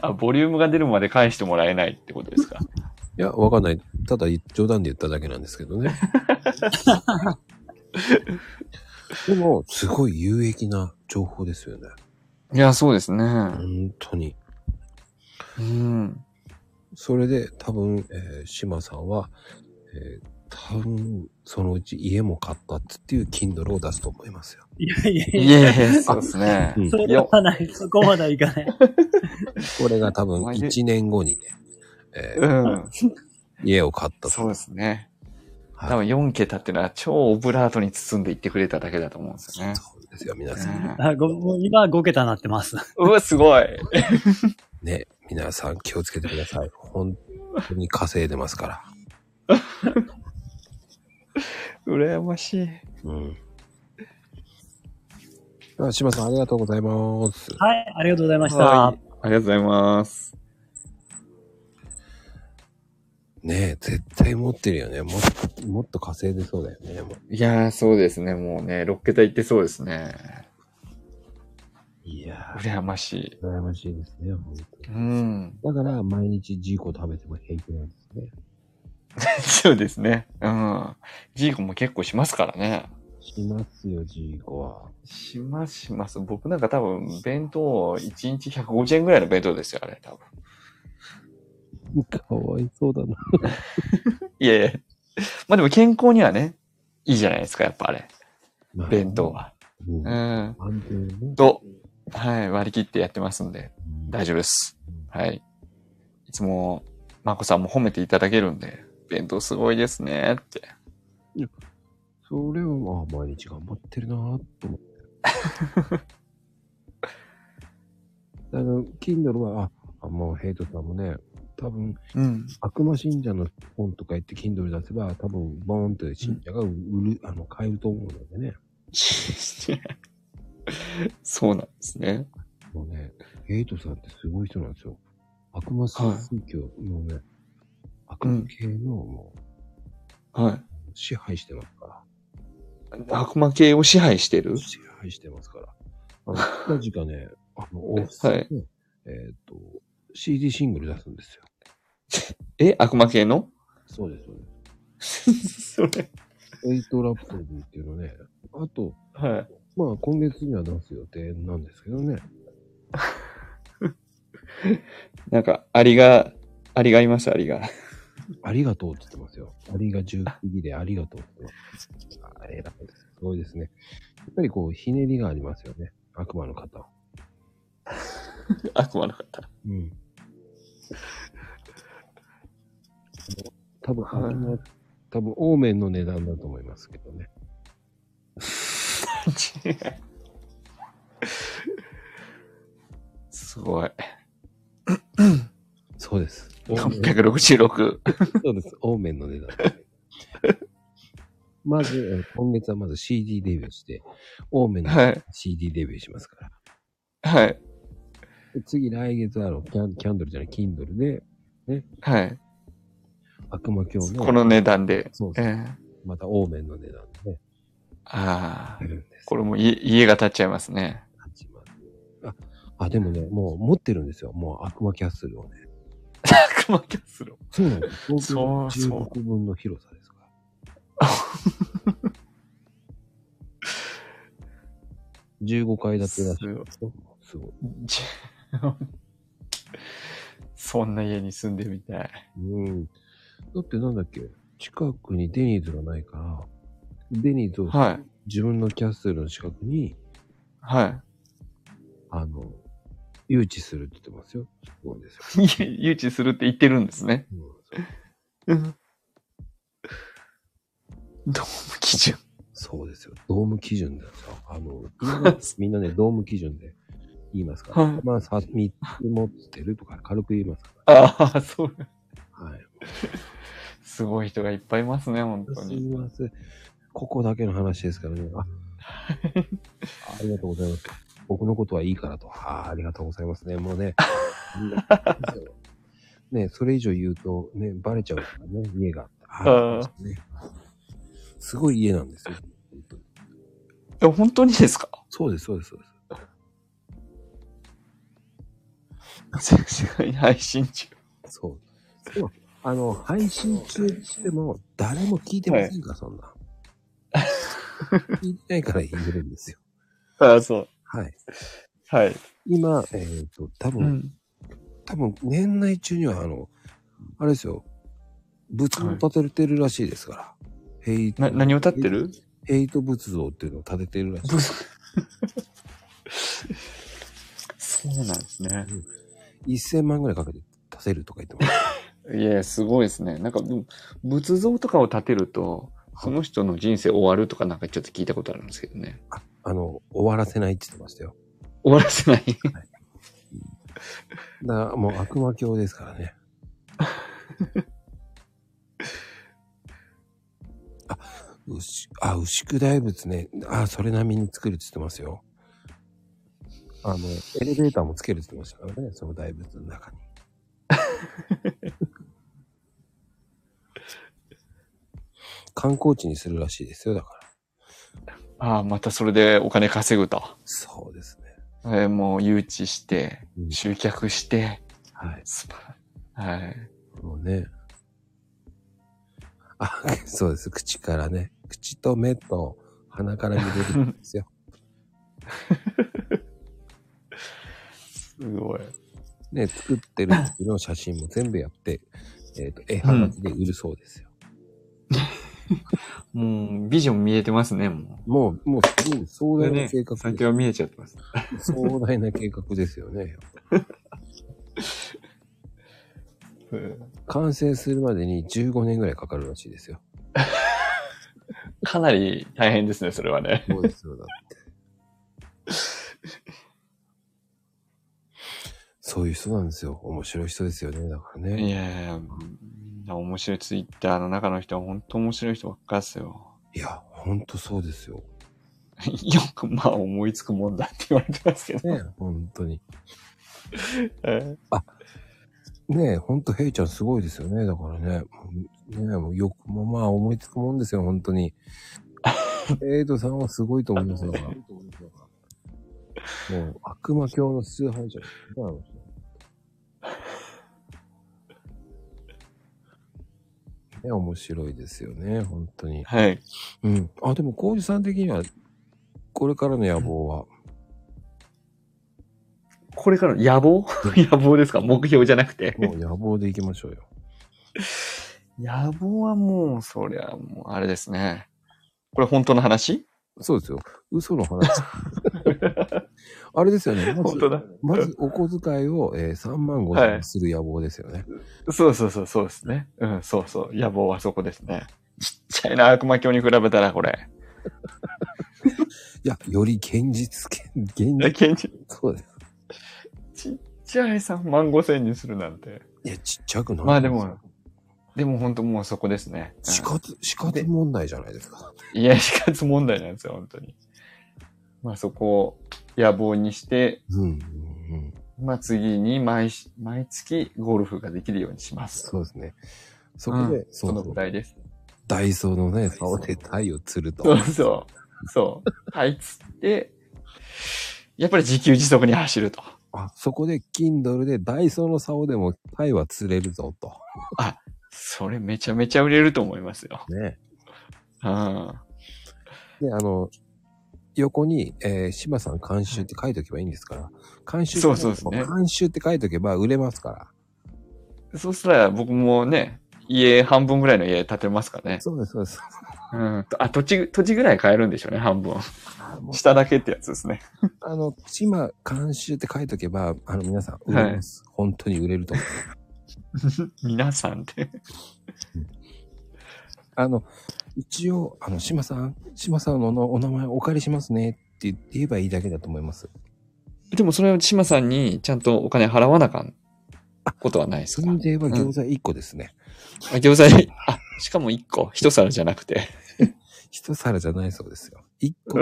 Speaker 2: あ、ボリュームが出るまで返してもらえないってことですか。
Speaker 1: いや、わかんない。ただ冗談で言っただけなんですけ どね。でも、すごい有益な情報ですよね。
Speaker 2: いや、そうですね。
Speaker 1: 本当に。
Speaker 2: うん。
Speaker 1: それで多分、えー、島さんは、えー多分、そのうち家も買ったっていう Kindle を出すと思いますよ。
Speaker 5: いやいやい
Speaker 2: いえいえ、そうですね。
Speaker 1: うん
Speaker 5: や、それはない、そこまではいかない。
Speaker 1: これが多分
Speaker 2: お前で
Speaker 1: 1年後にね、えー
Speaker 2: うん。
Speaker 1: 家を買ったと。
Speaker 2: そうですね。
Speaker 1: はい
Speaker 2: 多分4桁っていうのは超オブラートに包んでいってくれただけだと思うんですよね。
Speaker 1: そうですよ、皆さん。
Speaker 5: あごもう今5桁になってます。
Speaker 2: うんうわ、すごい。
Speaker 1: ね、皆さん気をつけてください。本当に稼いでますから。
Speaker 2: 羨ましい。
Speaker 1: うん。あ島さん、ありがとうございます。
Speaker 5: はい、ありがとうございました。
Speaker 2: はいありがとうございます。
Speaker 1: ねえ、絶対持ってるよね。もっと、もっと稼いでそうだよね。もう
Speaker 2: いやー、そうですね。もうね、6桁いってそうですね。
Speaker 1: いや
Speaker 2: 羨ましい。
Speaker 1: ー、羨ましいですね、本当に
Speaker 2: うん。
Speaker 1: だから、毎日ジーコ食べても平気なんですね。
Speaker 2: そうですね。うん。ジーコも結構しますからね。
Speaker 1: しますよ、ジーコは。
Speaker 2: します、します。僕なんか多分、弁当、1日150円ぐらいの弁当ですよ、あれ、多分。
Speaker 1: かわいそうだな。
Speaker 2: いやいや。まあでも健康にはね、いいじゃないですか、やっぱあれ。
Speaker 1: まあ
Speaker 2: 弁当。は。
Speaker 1: うん。
Speaker 2: うん。
Speaker 1: 安定ね。
Speaker 2: と、はい、割り切ってやってますんで、大
Speaker 1: 丈
Speaker 2: 丈夫です。はい。いつも、まこさんも褒めていただけるんで、弁当すごいですね、って。
Speaker 1: 夫。それは、まあ、毎日頑張ってるなぁと思って。 あの、Kindle は、あ、あもうヘイトさんもね、多分、
Speaker 2: うん。
Speaker 1: 悪魔信者の本とか言って Kindle で出せば、多分、ボーンって信者が売る、あの、買えると思うのでね。
Speaker 2: そうなんですね。
Speaker 1: もうね、エイトさんってすごい人なんですよ。悪魔宗教のね、悪魔系のも
Speaker 2: は
Speaker 1: う支配してますから。
Speaker 2: い。悪魔系を支配してる
Speaker 1: 支配してますから。あの、近々 ね、あの、オフさんで、
Speaker 2: はい
Speaker 1: えっ、と、CD シングル出すんですよ。
Speaker 2: え悪魔系の
Speaker 1: そうです、そうで
Speaker 2: それ。
Speaker 1: す。エイトラプソディっていうのね、あと、
Speaker 2: はい。
Speaker 1: まあ、今月には出す予定なんですけどね。
Speaker 2: なんか、アリが、アリがいます、アリが。
Speaker 1: ありがとうって言ってますよ。アリが10匹でありがとうって言ってます。あ偉いです。すごいですね。やっぱりこう、ひねりがありますよね。悪魔の方。
Speaker 2: 悪魔の方。
Speaker 1: うん。多分、あれも、多分、オーメンの値段だと思いますけどね。
Speaker 2: すごい。
Speaker 1: そうです。オーメン
Speaker 2: 866。
Speaker 1: そうです。オーメンの値段。まず、えー今月はまず CD デビューして、オーメンの
Speaker 2: はい。
Speaker 1: CD デビューしますから。
Speaker 2: はい。
Speaker 1: 次、来月はあのキャン、キャンドルじゃない、キンドルで、ね。
Speaker 2: はい。
Speaker 1: 悪魔教の。
Speaker 2: この値段で。
Speaker 1: そう
Speaker 2: え
Speaker 1: そう。
Speaker 2: え
Speaker 1: また、オーメンの値段でね。
Speaker 2: ああ
Speaker 1: あ。るんです。
Speaker 2: これも家家が建っちゃいますね。
Speaker 1: 8万あ、あ、でもね、もう持ってるんですよ。もう悪魔キャッスルをね。
Speaker 2: 悪魔キャッスル。
Speaker 1: そうなんです。東京の
Speaker 2: そうそう
Speaker 1: 10国分の広さですから。15階建てらしいですよ。すごい。
Speaker 2: じゃ そんな家に住んでみたい。
Speaker 1: うん。だってなんだっけ、近くにデニーズがないから、デニーズを
Speaker 2: はい。
Speaker 1: 自分のキャッスルの近くに、
Speaker 2: は
Speaker 1: あの、誘致するって言ってますよ。すごいですよ。
Speaker 2: い。 誘致するって言ってるんですね。
Speaker 1: うん
Speaker 2: うん。 どうも基準。
Speaker 1: そうですよ。ドーム基準だよ。あの、今のみんなね、ドーム基準で言いますから。
Speaker 2: はい
Speaker 1: まあ、さ3つ持ってるとか軽く言いますか
Speaker 2: ああ、そう。
Speaker 1: ら。はい。
Speaker 2: すごい人がいっぱいいますね、本当
Speaker 1: すい
Speaker 2: に。
Speaker 1: ません。ここだけの話ですからね。 あありがとうございます。僕のことはいいからと。あーありがとうございますね。もう ね。ね、それ以上言うと、ね、バレちゃうからね、家が。あー
Speaker 2: あ
Speaker 1: ね、すごい家なんですよ。本当に
Speaker 2: え、本当に ですか
Speaker 1: そうです、そうです、そうです。
Speaker 2: 先生が配信中。
Speaker 1: そう。でもあの、配信中って言っても、誰も聞いてませんから、そんな。 聞いてないから言えるんですよ。
Speaker 2: ああ、そう。
Speaker 1: はい。
Speaker 2: はい。
Speaker 1: 今、えっ、と、多
Speaker 2: う
Speaker 1: 分、
Speaker 2: ん。
Speaker 1: 多分、年内中には、あの、あれですよ、仏像を建ててるらしいですから。ヘイト
Speaker 2: な、何を歌ってる
Speaker 1: ヘイト仏像っていうのを建ててるらしい。
Speaker 2: そうなんですね。
Speaker 1: 1000万ぐらいかけて建てるとか言ってます。
Speaker 2: いや、すごいですね。なんか、でも仏像とかを建てると、その人の人生終わるとかなんかちょっと聞いたことあるんですけどね。
Speaker 1: あの、終わらせないって言ってましたよ。
Speaker 2: 終わらせない。
Speaker 1: だから、もう悪魔教ですからね。あ、牛、あ、牛久大仏ね。あ、それなみに作るって言ってますよ。あの、エレベーターもつけるって言ってましたからね、その大仏の中に。観光地にするらしいですよ、だから。
Speaker 2: ああ、またそれでお金稼ぐと。
Speaker 1: そうですね。
Speaker 2: えーもう誘致して
Speaker 1: う、ん
Speaker 2: 集客して、
Speaker 1: はい。
Speaker 2: 素晴らはい。
Speaker 1: もうね。あ、 そうです。口からね。口と目と鼻から見れるんです よ。
Speaker 2: すごい。
Speaker 1: ね、作ってる時の写真も全部やって、えっ、と、絵はがきで売るそうですよ。
Speaker 2: もう、ビジョン見えてますね、も
Speaker 1: もう、もうすごい壮
Speaker 2: う。
Speaker 1: 大な計画です、
Speaker 2: 先は見えちゃってます。
Speaker 1: 壮大な計画ですよね。完成するまでに15年ぐらいかかるらしいですよ。
Speaker 2: かなり大変ですね、それはね。
Speaker 1: そうですよ、だって。 そういう人なんですよ。面白い人ですよね。だからね。
Speaker 2: いやいや、みんな面白いツイッターの中の人は本当面白い人ばっかですよ。
Speaker 1: いや、ほんとそうですよ。
Speaker 2: よくまあ思いつくもんだって言われてますけ ど。
Speaker 1: ねほんとに。
Speaker 2: え
Speaker 1: ねえ、ほんと、ヘイちゃんすごいですよね。だからね。ねえ、もうよくもまあ思いつくもんですよ、ほんと に。ヘイトさんはすごいと思いますよ。もう、悪魔教の崇拝者ですよねあの人ね、面白いですよね、本当に。
Speaker 2: はい。
Speaker 1: うん。あ、でも、浩二さん的には、これからの野望 は、
Speaker 2: これからの野 望野望ですか目標じゃなくて。
Speaker 1: もう野望でいきましょうよ。
Speaker 2: 野望はもう、そりゃもう、あれですね。これ本当の話
Speaker 1: そうですよ。嘘の 話。あれですよね。まず、
Speaker 2: だ。
Speaker 1: まずお小遣いを、えー、3万5千円する野望ですよね。
Speaker 2: そうそうそう、そうですね。うん、そうそう。野望はそこですね。ちっちゃいな、悪魔教に比べたら、これ。
Speaker 1: い、や、より現実、現現実。
Speaker 2: 現実
Speaker 1: そうです。
Speaker 2: ちっちゃい3万5千にするなんて。
Speaker 1: いや、ちっちゃくない。
Speaker 2: まあでも、でも本当もうそこですね。うん
Speaker 1: 死活、死活問題じゃないですか。
Speaker 2: いや、死活問題なんですよ、本当に。まあそこを野望にして、
Speaker 1: うん。うんうん
Speaker 2: まあ次に毎し、毎月ゴルフができるようにします。
Speaker 1: そうですね。そこで、
Speaker 2: うん
Speaker 1: そ
Speaker 2: その
Speaker 1: の
Speaker 2: ぐらいです。
Speaker 1: ダイソーのね、竿で鯛を釣ると。
Speaker 2: そうそう。そう。はい、つって、やっぱり自給自足に走ると。
Speaker 1: あ、そこで Kindle でダイソーの竿でも鯛は釣れるぞと。
Speaker 2: それめちゃめちゃ売れると思いますよ。
Speaker 1: ね。
Speaker 2: うん。
Speaker 1: で、あの、横に、えー、島さん監修って書いとけばいいんですから。監修
Speaker 2: そうそうですね
Speaker 1: 監修って書いとけば売れますから。
Speaker 2: そうしたら僕もね、家半分ぐらいの家建てますかね。
Speaker 1: そうです、そうです。
Speaker 2: うん。あ、土地、土地ぐらい買えるんでしょうね、半分。
Speaker 1: もう
Speaker 2: 下だけってやつですね。
Speaker 1: あの、島監修って書いとけば、あの、皆さん、売れます。本当に売れると思う。
Speaker 2: 皆さんで。
Speaker 1: あの、一応、あの、島さん、島さんのお名前お借りしますねって言って言えばいいだけだと思います。
Speaker 2: でもそれは島さんにちゃんとお金払わなあかんことはないです
Speaker 1: そ
Speaker 2: か
Speaker 1: れで言えば餃子1個ですね。
Speaker 2: あ餃子に、あ、しかも1個、1皿じゃなくて。
Speaker 1: 一皿じゃないそうですよ。1個。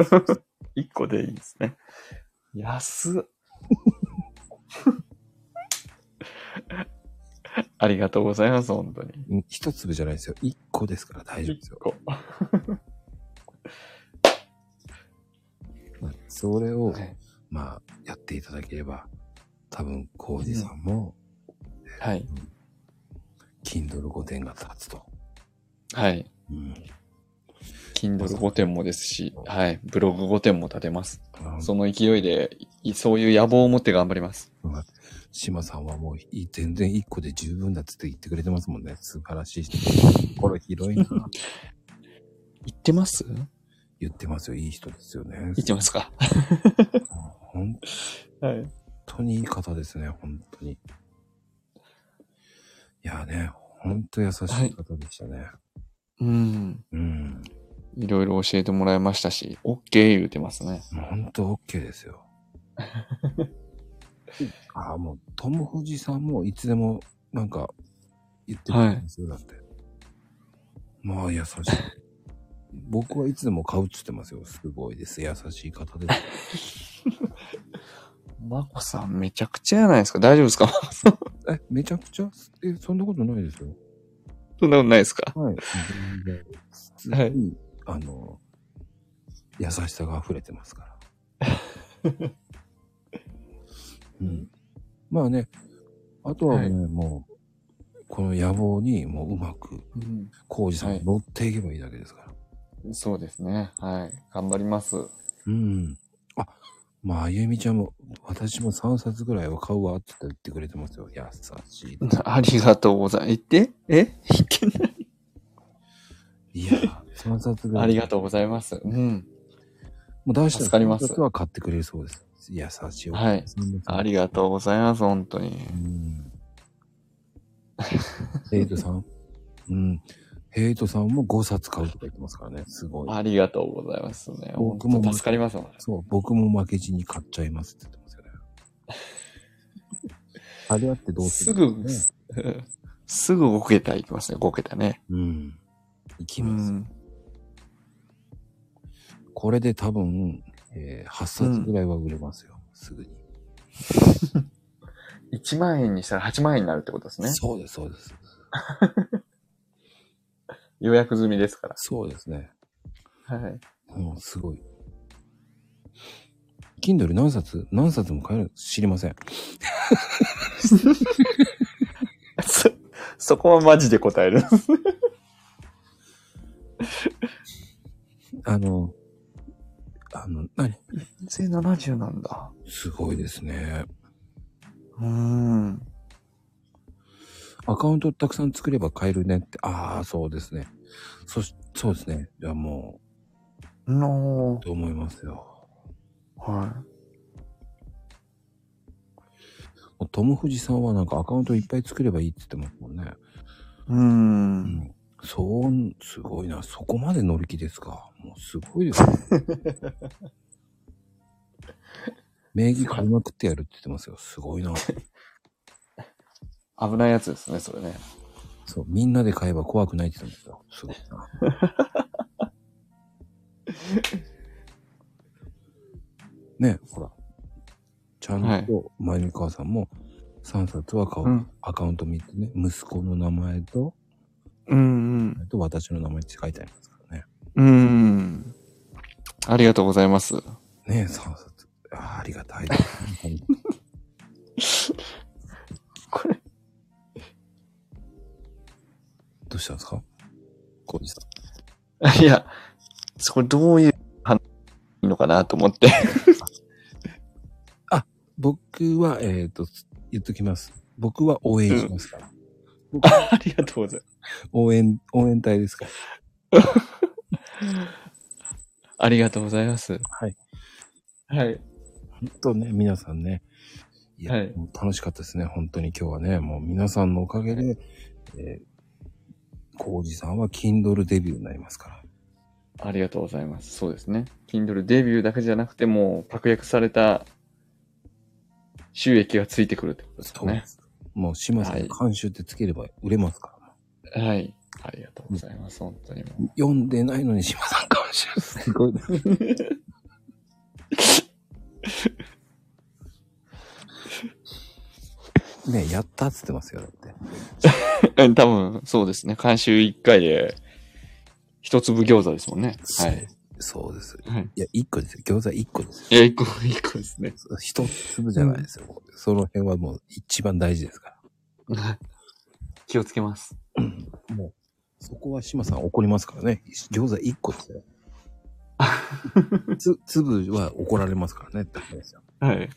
Speaker 2: 1個でいいんですね。安っ。 ありがとうございます、本当に。
Speaker 1: うん一粒じゃないですよ。一個ですから大丈夫ですよ。
Speaker 2: 個。
Speaker 1: それを、
Speaker 2: はい
Speaker 1: まあ、やっていただければ、多分、コージさんも、
Speaker 2: はい。
Speaker 1: Kindle 御殿が立つと。
Speaker 2: はい。
Speaker 1: うん。
Speaker 2: Kindle 5点もですし、はい。ブログ5点も立てます。
Speaker 1: あの
Speaker 2: その勢いで、いそういう野望を持って頑張ります。
Speaker 1: 島さんはもうい、全然一個で十分だっつって言ってくれてますもんね。素晴らしい人。心広い な。
Speaker 2: 言ってます
Speaker 1: 言ってますよ。いい人ですよね。
Speaker 2: 言ってますか。
Speaker 1: 本
Speaker 2: はい。
Speaker 1: 当にいい方ですね。本当に。いやね、本当優しい方でしたね。
Speaker 2: うん。
Speaker 1: うん。
Speaker 2: いろいろ教えてもらいましたし、OK 言うてますね。
Speaker 1: もう本当 OK です よ。ああ、もう、トム・フジさんもいつでも、なんか、言ってくれるんですよ、だって。まあ、優しい。 僕はいつでも買うっつってますよ。すごいです。優しい方です。
Speaker 2: マコさんめちゃくちゃやないですか。大丈夫ですか
Speaker 1: え、めちゃくちゃえ、そんなことないですよ。
Speaker 2: そんなことないですか
Speaker 1: はい。全然
Speaker 2: は
Speaker 1: 普
Speaker 2: い
Speaker 1: 通に、あの、優しさが溢れてますから。 うん。まあね、あとはね、もう、この野望にもううまく、
Speaker 2: う
Speaker 1: コウジさんが乗っていけばいいだけですから。
Speaker 2: ん。そうですね。はい。頑張ります。
Speaker 1: うん。あ、まあ、あゆみちゃんも、私も3冊ぐらいは買うわって言ってくれてますよ。優しい。
Speaker 2: ありがとうございます。言って えいけない
Speaker 1: いや、3冊ぐらい。
Speaker 2: ありがとうございます。うん。
Speaker 1: もう出した
Speaker 2: 助かります
Speaker 1: 3冊は買ってくれるそうです。優しいお母さんですね。
Speaker 2: ありがとうございます、本当に。
Speaker 1: うんヘイトさんうん。ヘイトさんも5冊買うとか言ってますからね。すごい。
Speaker 2: ありがとうございますね。
Speaker 1: 僕
Speaker 2: 僕
Speaker 1: も
Speaker 2: も助かります。
Speaker 1: そう、僕も負けじに買っちゃいますって言ってますよね。あれあってどう
Speaker 2: す
Speaker 1: する
Speaker 2: ぐ
Speaker 1: んです、
Speaker 2: すぐ5桁いきますね、5桁ね。
Speaker 1: うん。いき
Speaker 2: う
Speaker 1: ます。
Speaker 2: ん。
Speaker 1: これで多分、えー8冊ぐらいは売れますよ。すぐに。
Speaker 2: 1万円にしたら8万円になるってことですね。
Speaker 1: そうです、そうです。
Speaker 2: 予約済みですか
Speaker 1: そうですね。
Speaker 2: ら。はい。
Speaker 1: うん、すごい。Kindle 何冊何冊も買える知りません。
Speaker 2: そ、そこはマジで答える。
Speaker 1: あの、あの、何
Speaker 2: 全70なんだ。
Speaker 1: すごいですね。
Speaker 2: うーん。
Speaker 1: アカウントたくさん作れば買えるねって。ああ、そうですね。そし、そうですね。いや、も
Speaker 2: の
Speaker 1: う、と思いますよ。
Speaker 2: は
Speaker 1: もうトム・フジさんはなんかアカウントいっぱい作ればいいって言ってますもんね。
Speaker 2: い。うーん。
Speaker 1: そう、すごいな。そこまで乗り気ですか。もうすごいですね。名義買いまくってやるって言ってますよ。すごいな。
Speaker 2: 危ないやつですね、それね。
Speaker 1: そう、みんなで買えば怖くないって言ってました よ。すごいな。ね、ほら。ちさんと、
Speaker 2: はい
Speaker 1: まゆみかわさんも、3冊は顔、
Speaker 2: うん
Speaker 1: アカウント見てね、息子の名前と、
Speaker 2: うん
Speaker 1: あと私の名前って書いてありますからね。
Speaker 2: うん。うん。ありがとうございます。
Speaker 1: ねえ、3冊。あーありがたい。
Speaker 2: これ。
Speaker 1: どうしたんですかコウジさ
Speaker 2: いや、そこれどういう話いいのかなと思って。
Speaker 1: ん。僕は、えっ、と、言っときます。僕は応援しますから。
Speaker 2: ありがとうございます。
Speaker 1: 応援、応援隊ですから。
Speaker 2: ありがとうございます。
Speaker 1: はい。
Speaker 2: はい。
Speaker 1: 本当ね、皆さんね。いや、
Speaker 2: はい
Speaker 1: もう楽しかったですね。本当に今日はね、もう皆さんのおかげで、えー、コウジさんは Kindle デビューになりますから。
Speaker 2: ありがとうございます。そうですね。Kindle デビューだけじゃなくても、確約された収益がついてくるってことです
Speaker 1: そう
Speaker 2: ね
Speaker 1: で。す。もう島さん
Speaker 2: は
Speaker 1: の
Speaker 2: い
Speaker 1: 監修ってつければ売れますから。
Speaker 2: はい。ありがとうございます。本当にも う。
Speaker 1: 読んでないのに島さん監修すごい ね。ねえやったっつってますよ、だって。
Speaker 2: うん多分、そうですね。監修1回で、一粒餃子ですもんね。はい。
Speaker 1: そうです。
Speaker 2: はい。
Speaker 1: いや、一個ですよ。餃子一個ですよ。
Speaker 2: いや、1個、一個ですね。
Speaker 1: 一粒じゃないですよ。その辺はもう一番大事ですから。
Speaker 2: 気をつけます。
Speaker 1: もう、そこは島さん怒りますからね。餃子一個ですよ。つ、 粒は怒られますからねって話ですよ。
Speaker 2: はい。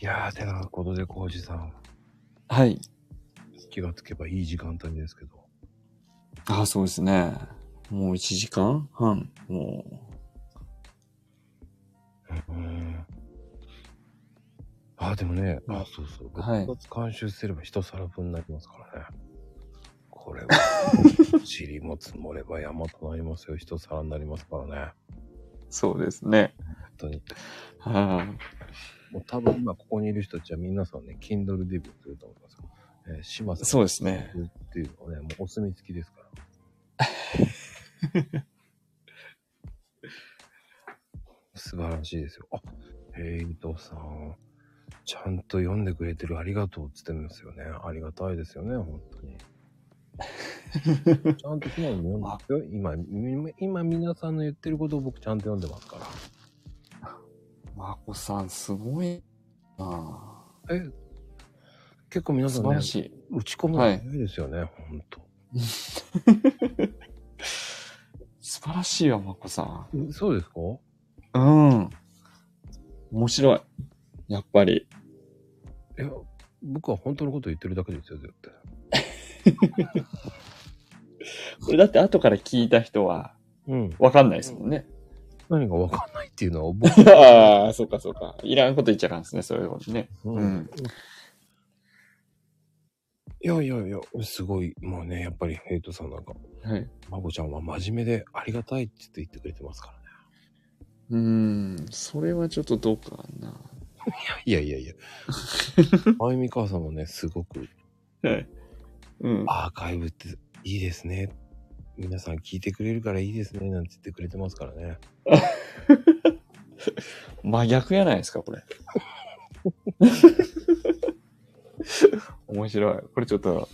Speaker 1: いやー、てなことで、コウジさん、
Speaker 2: はい。
Speaker 1: 気がつけばいい時間帯ですけど。
Speaker 2: あ、そうですね。もう1時間半。も
Speaker 1: うん。あ、でもね、
Speaker 2: うん
Speaker 1: あ、そうそう。
Speaker 2: はい
Speaker 1: 6月監修すれば一皿分になりますからね。こ れは、塵も積もれば山となりますよ。一皿になりますからね。
Speaker 2: う。そうですね。
Speaker 1: 本当に。
Speaker 2: はい。
Speaker 1: もう多分今ここにいる人たちは皆さんね、Kindle デビューすると思いますよ。えー、島さん。
Speaker 2: そうですね。
Speaker 1: っていうのはね、もうお墨付きですから。素晴らしいですよ。あ、ヘイトさん。ちゃんと読んでくれてるありがとうって言ってますよね。ありがたいですよね、本 当に。ちゃんと素直に読んでますよ。今、み今皆さんの言ってることを僕ちゃんと読んでますから。
Speaker 2: まこさん、すごいな
Speaker 1: え結構皆さ
Speaker 2: 素
Speaker 1: ん、
Speaker 2: 晴
Speaker 1: ね
Speaker 2: ら、しい。
Speaker 1: 打ち込むの早いですよね、ほんと。
Speaker 2: 素晴らしいわ、まこさん。
Speaker 1: えそうですか
Speaker 2: うん。面白い。やっぱり。
Speaker 1: いや、僕は本当のこと言ってるだけですよ、絶対。
Speaker 2: これだって後から聞いた人は、
Speaker 1: うん。
Speaker 2: わかんないですもんね。
Speaker 1: 何がわかんないっていうのは僕、
Speaker 2: ああ、そうかそうか。いらんこと言っちゃうんですね、そういうことね。
Speaker 1: う。
Speaker 2: うんん。
Speaker 1: いやいやいや、すごい、もうね、やっぱりヘイトさんなんか、
Speaker 2: はい。
Speaker 1: まこちゃんは真面目でありがたいって言って言ってくれてますからね。
Speaker 2: うーん、それはちょっとどうかな。
Speaker 1: いやい やいや。あゆみかわさんもね、すごく
Speaker 2: はい。うん。
Speaker 1: アーカイブっていいですね。皆さん聞いてくれるからいいですね、なんて言ってくれてますからね。
Speaker 2: 真逆やないですか、これ。 面白い。これちょっと、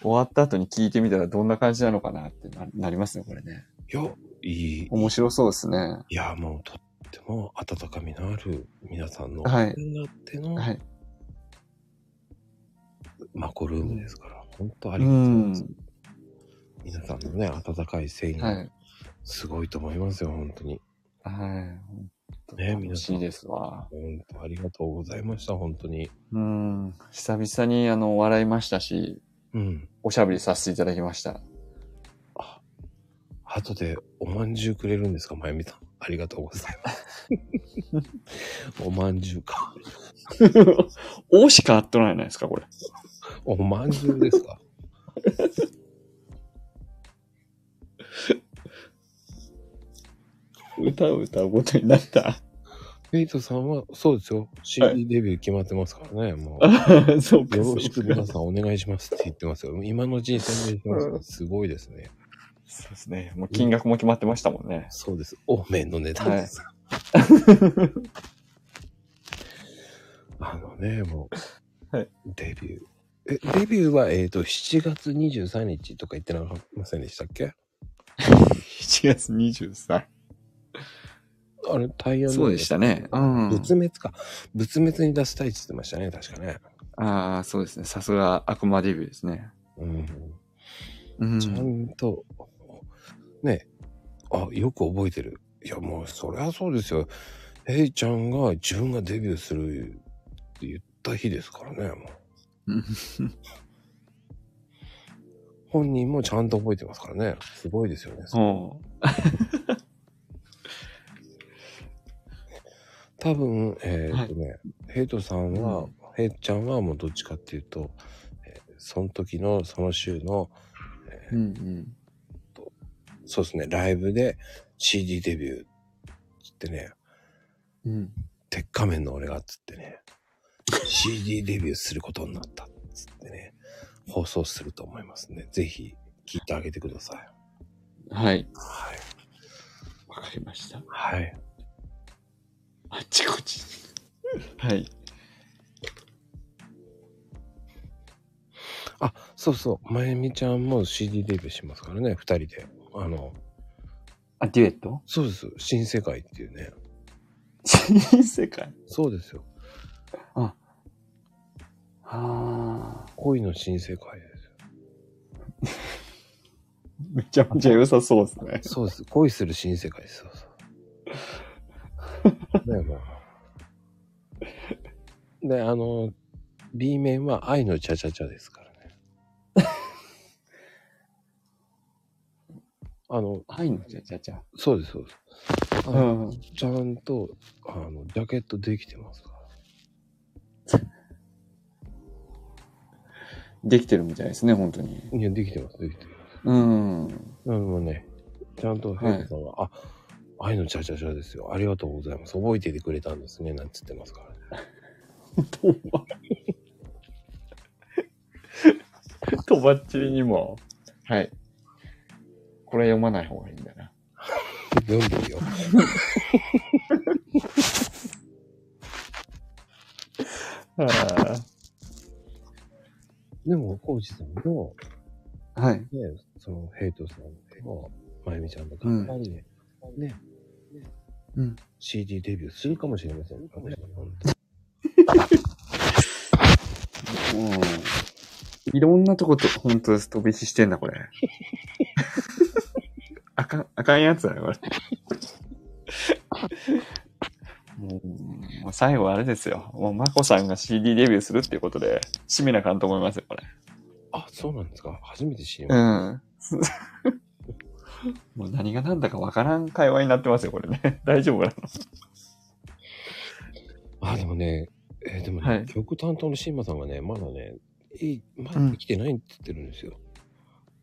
Speaker 2: 終わった後に聞いてみたらどんな感じなのかなってななりますね、これね。
Speaker 1: いや、いい。
Speaker 2: 面白そうですね。
Speaker 1: いや、もうとっても温かみのある皆さんの、
Speaker 2: はい
Speaker 1: になっての、
Speaker 2: はい。
Speaker 1: マコルームですから、本当あ
Speaker 2: う
Speaker 1: りがとうござい
Speaker 2: ん
Speaker 1: ます。。皆さんのね、温かい声
Speaker 2: は
Speaker 1: 援、
Speaker 2: い。
Speaker 1: すごいと思いますよ、本当に。
Speaker 2: はい。
Speaker 1: ね
Speaker 2: 楽しいですわ。
Speaker 1: 本当ありがとうございました、本当に。
Speaker 2: うん。久々に、あの、笑いましたし、
Speaker 1: うん。
Speaker 2: おしゃべりさせていただきました。
Speaker 1: 後でおまんじゅうくれるんですか、まゆみさん。ありがとうございます。おまんじゅうか。
Speaker 2: おしかあっとらないですか、これ。
Speaker 1: おまんじゅうですか。
Speaker 2: 歌を歌うことになった。
Speaker 1: ペイトさんは、そうですよ。CD デビュー決まってますからね、もう。
Speaker 2: そうか。
Speaker 1: よろしく
Speaker 2: そうか
Speaker 1: 皆さんお願いしますって言ってますよ。今の人生にしますからすごいですね。
Speaker 2: そうですね。もう金額も決まってましたもんね。
Speaker 1: そうです。おめのネタです。あのね、もう、
Speaker 2: はい
Speaker 1: デビュー。え、デビューは、えっ、と、7月23日とか言ってなかませんでしたっけ
Speaker 2: 7月23。
Speaker 1: あれ、タイヤの。
Speaker 2: そうでしたね。う
Speaker 1: 仏
Speaker 2: ん。
Speaker 1: 滅か。仏滅に出したいって言ってましたね、確かね。
Speaker 2: ああ、そうですね。さすが悪魔デビューですね。
Speaker 1: うん。
Speaker 2: う
Speaker 1: ちゃ
Speaker 2: ん。
Speaker 1: んと、ね、あ、よく覚えてる。いや、もう、そりゃそうですよ。ヘイちゃんが自分がデビューするって言った日ですからね、も
Speaker 2: う。
Speaker 1: うん 本人もちゃんと覚えてますからね。すごいですよね。
Speaker 2: そ
Speaker 1: 多分、えーっとね、ヘイトさんは、
Speaker 2: うん
Speaker 1: ヘイトちゃんはもうどっちかっていうと、えーその時の、その週の、
Speaker 2: う。うんうん。
Speaker 1: そうですね、ライブで CD デビューっつってね、
Speaker 2: うん。
Speaker 1: 鉄仮面の俺がっつってね、CD デビューすることになったっつってね、放送すると思いますね。ぜひ聞いてあげてください。
Speaker 2: はい。
Speaker 1: はい。
Speaker 2: わかりました。
Speaker 1: はい。
Speaker 2: あっちこっち。 はい。
Speaker 1: あ、そうそう。まゆみちゃんも CD デビューしますからね、二人で。あの、
Speaker 4: あ、デュエット
Speaker 1: そうです。新世界っていうね。
Speaker 2: 新世界。
Speaker 1: そうですよ。
Speaker 4: ああ。
Speaker 1: 恋の新世界ですよ。
Speaker 2: めちゃめちゃ良さそうですね。
Speaker 1: そうです。恋する新世界です。そう そう。ねえ、もう。で、あの、B 面は愛のチャチャチャですからね。 あの、
Speaker 2: はいの、じゃじゃじゃ。
Speaker 1: そうです、そうです。あ
Speaker 2: う
Speaker 1: の
Speaker 2: ん。
Speaker 1: ちゃんと、あの、ジャケットできてますから。
Speaker 2: できてるみたいですね、本当に。
Speaker 1: いや、できてます、できてる。
Speaker 2: うん。
Speaker 1: なるほどね。ちゃんとヘイトさんは、あ、愛のチャチャチャですよ。ありがとうございます。覚えていてくれたんですね。なんつってますからね。
Speaker 2: とばっちりにも。はい。これ読まない方がいいんだな。
Speaker 1: 読んでるよ。でも、コウジさんの、
Speaker 2: はい。
Speaker 1: ね、そのヘイトさんと、まゆみちゃんとか、二人で、ね、
Speaker 2: うん。
Speaker 1: CD デビューするかもしれませんからね。本当に
Speaker 2: うん。いろんなとこと、本当です。飛び火してんだ、これ。 あかん、あかんやつだね、これ。もう、もう最後あれですよ。もう、まこさんが CD デビューするっていうことで、締めなあかんと思いますよ、これ。
Speaker 1: あ、そうなんですか。初めて知りました。
Speaker 2: うん。 もう何が何だかわからん会話になってますよ、これね。 大丈夫か
Speaker 1: あ、でもね、えーでもね、
Speaker 2: はい
Speaker 1: 曲担当のシンマさんがね、まだね、いい、まだできてないって言ってるんですよ。だか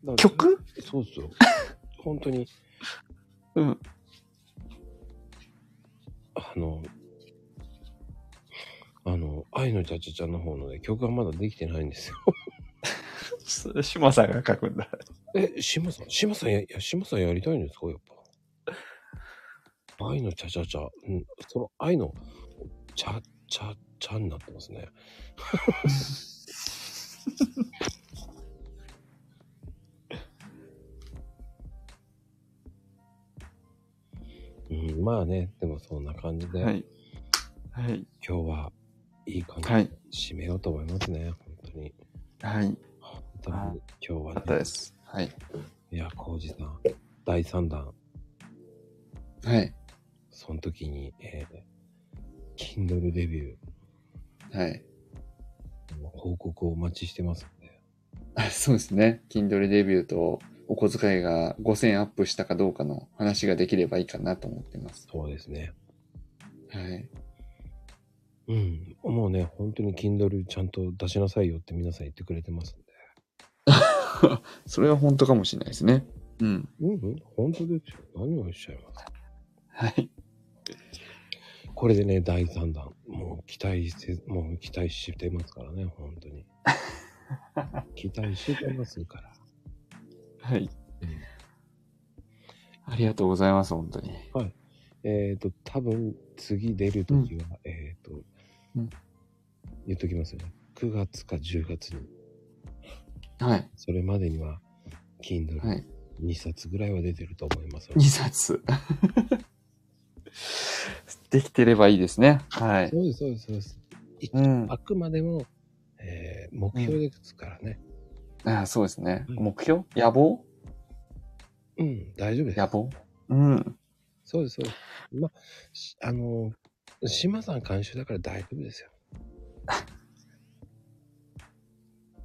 Speaker 1: ら
Speaker 2: な曲
Speaker 1: そうですよ。本当に、
Speaker 2: うん。
Speaker 1: あの、あの、愛のチャチャちゃんの方のね、曲がまだできてないんですよ。
Speaker 2: シマさんが書くんだ。
Speaker 1: え、シマさん、シマさんや、いや、シマさんやりたいんですかやっぱ。愛のチャチャチャ、うん、その愛のチャチャチャになってます ね。うん、まあね、でもそんな感じで、
Speaker 2: はい。はい。
Speaker 1: 今日はいい感じ
Speaker 2: は
Speaker 1: で
Speaker 2: い
Speaker 1: 締めようと思いますね、本当に。
Speaker 2: はい。よ
Speaker 1: 本当に
Speaker 2: はい
Speaker 1: 今日は
Speaker 2: か
Speaker 1: ね
Speaker 2: ったです。はい。
Speaker 1: いや、コウジさん、第3弾、
Speaker 4: はい。
Speaker 1: その時に、えー、Kindle デビュ
Speaker 4: はい。
Speaker 1: ーの報告をお待ちしてますんで。
Speaker 4: あそうですね。Kindle デビューとお小遣いが5000アップしたかどうかの話ができればいいかなと思ってます。
Speaker 1: そうですね。
Speaker 4: はい。
Speaker 1: うん。もうね、本当に Kindle ちゃんと出しなさいよって皆さん言ってくれてますんで。
Speaker 2: それは本当かもしれないですね。うん。
Speaker 1: うん、うん、本当ですよ。何をおっしゃいます。
Speaker 2: はい。
Speaker 1: これでね、第3弾、もう期待して、もう期待してますからね、本当 に。期待してますから。
Speaker 2: はい。ありがとうございます、本当に。
Speaker 1: えっ、と、多分次出るときは、えっ、と、
Speaker 2: うん
Speaker 1: 言っときますよね。9月か10月に、
Speaker 2: はい。
Speaker 1: それまでには、Kindle
Speaker 2: はい。
Speaker 1: 2冊ぐらいは出てると思いますの
Speaker 2: 2
Speaker 1: で。
Speaker 2: 冊。できてればいいですね。はい。
Speaker 1: そうです、そうです、そうです。
Speaker 2: うん。
Speaker 1: あくまでも、えー目標ですからね。
Speaker 2: あそうですね。
Speaker 1: うん
Speaker 2: 目標野望
Speaker 1: うん、大丈夫です
Speaker 2: 野。望うん。
Speaker 1: そうです、そうです。まあ、しあの、島さん監修だから大丈夫ですよ。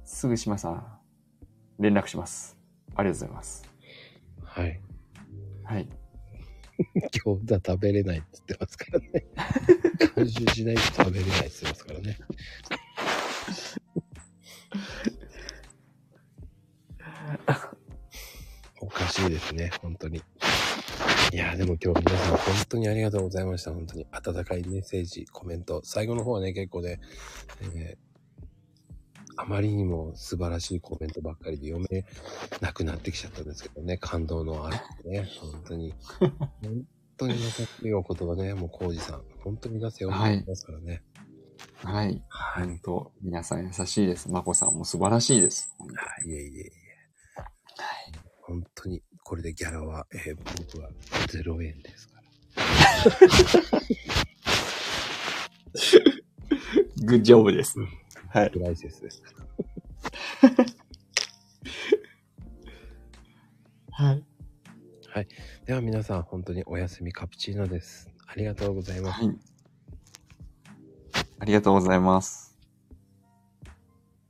Speaker 2: すぐ島さん、連絡します。ありがとうございます。
Speaker 1: はい。
Speaker 2: はい。
Speaker 1: 今日だ食べれないって言ってますから ね。監修しないと食べれないって言ってますからね。おかしいですね、本当に。いやー、でも今日皆さん本当にありがとうございました。本当に温かいメッセージ、コメント。最後の方はね、結構ね、えーあまりにも素晴らしいコメントばっかりで読めなくなってきちゃったんですけどね、感動のあるね、本当に。本当に優しいお言葉ね、もう、コウジさん。本当に皆さん読んでますからね。
Speaker 2: はい。
Speaker 1: は
Speaker 2: 本当皆さん優しいです。まこさんも素晴らしいです。本当
Speaker 1: い。いえいえいえ。本当に、これでギャラは、えー僕は0円ですから。
Speaker 2: グッジョブです。はい。
Speaker 1: プライセスですから。
Speaker 2: はい。
Speaker 1: では皆さん、本当におやすみカプチーノです。ありがとうございます。
Speaker 2: はい。ありがとうございます。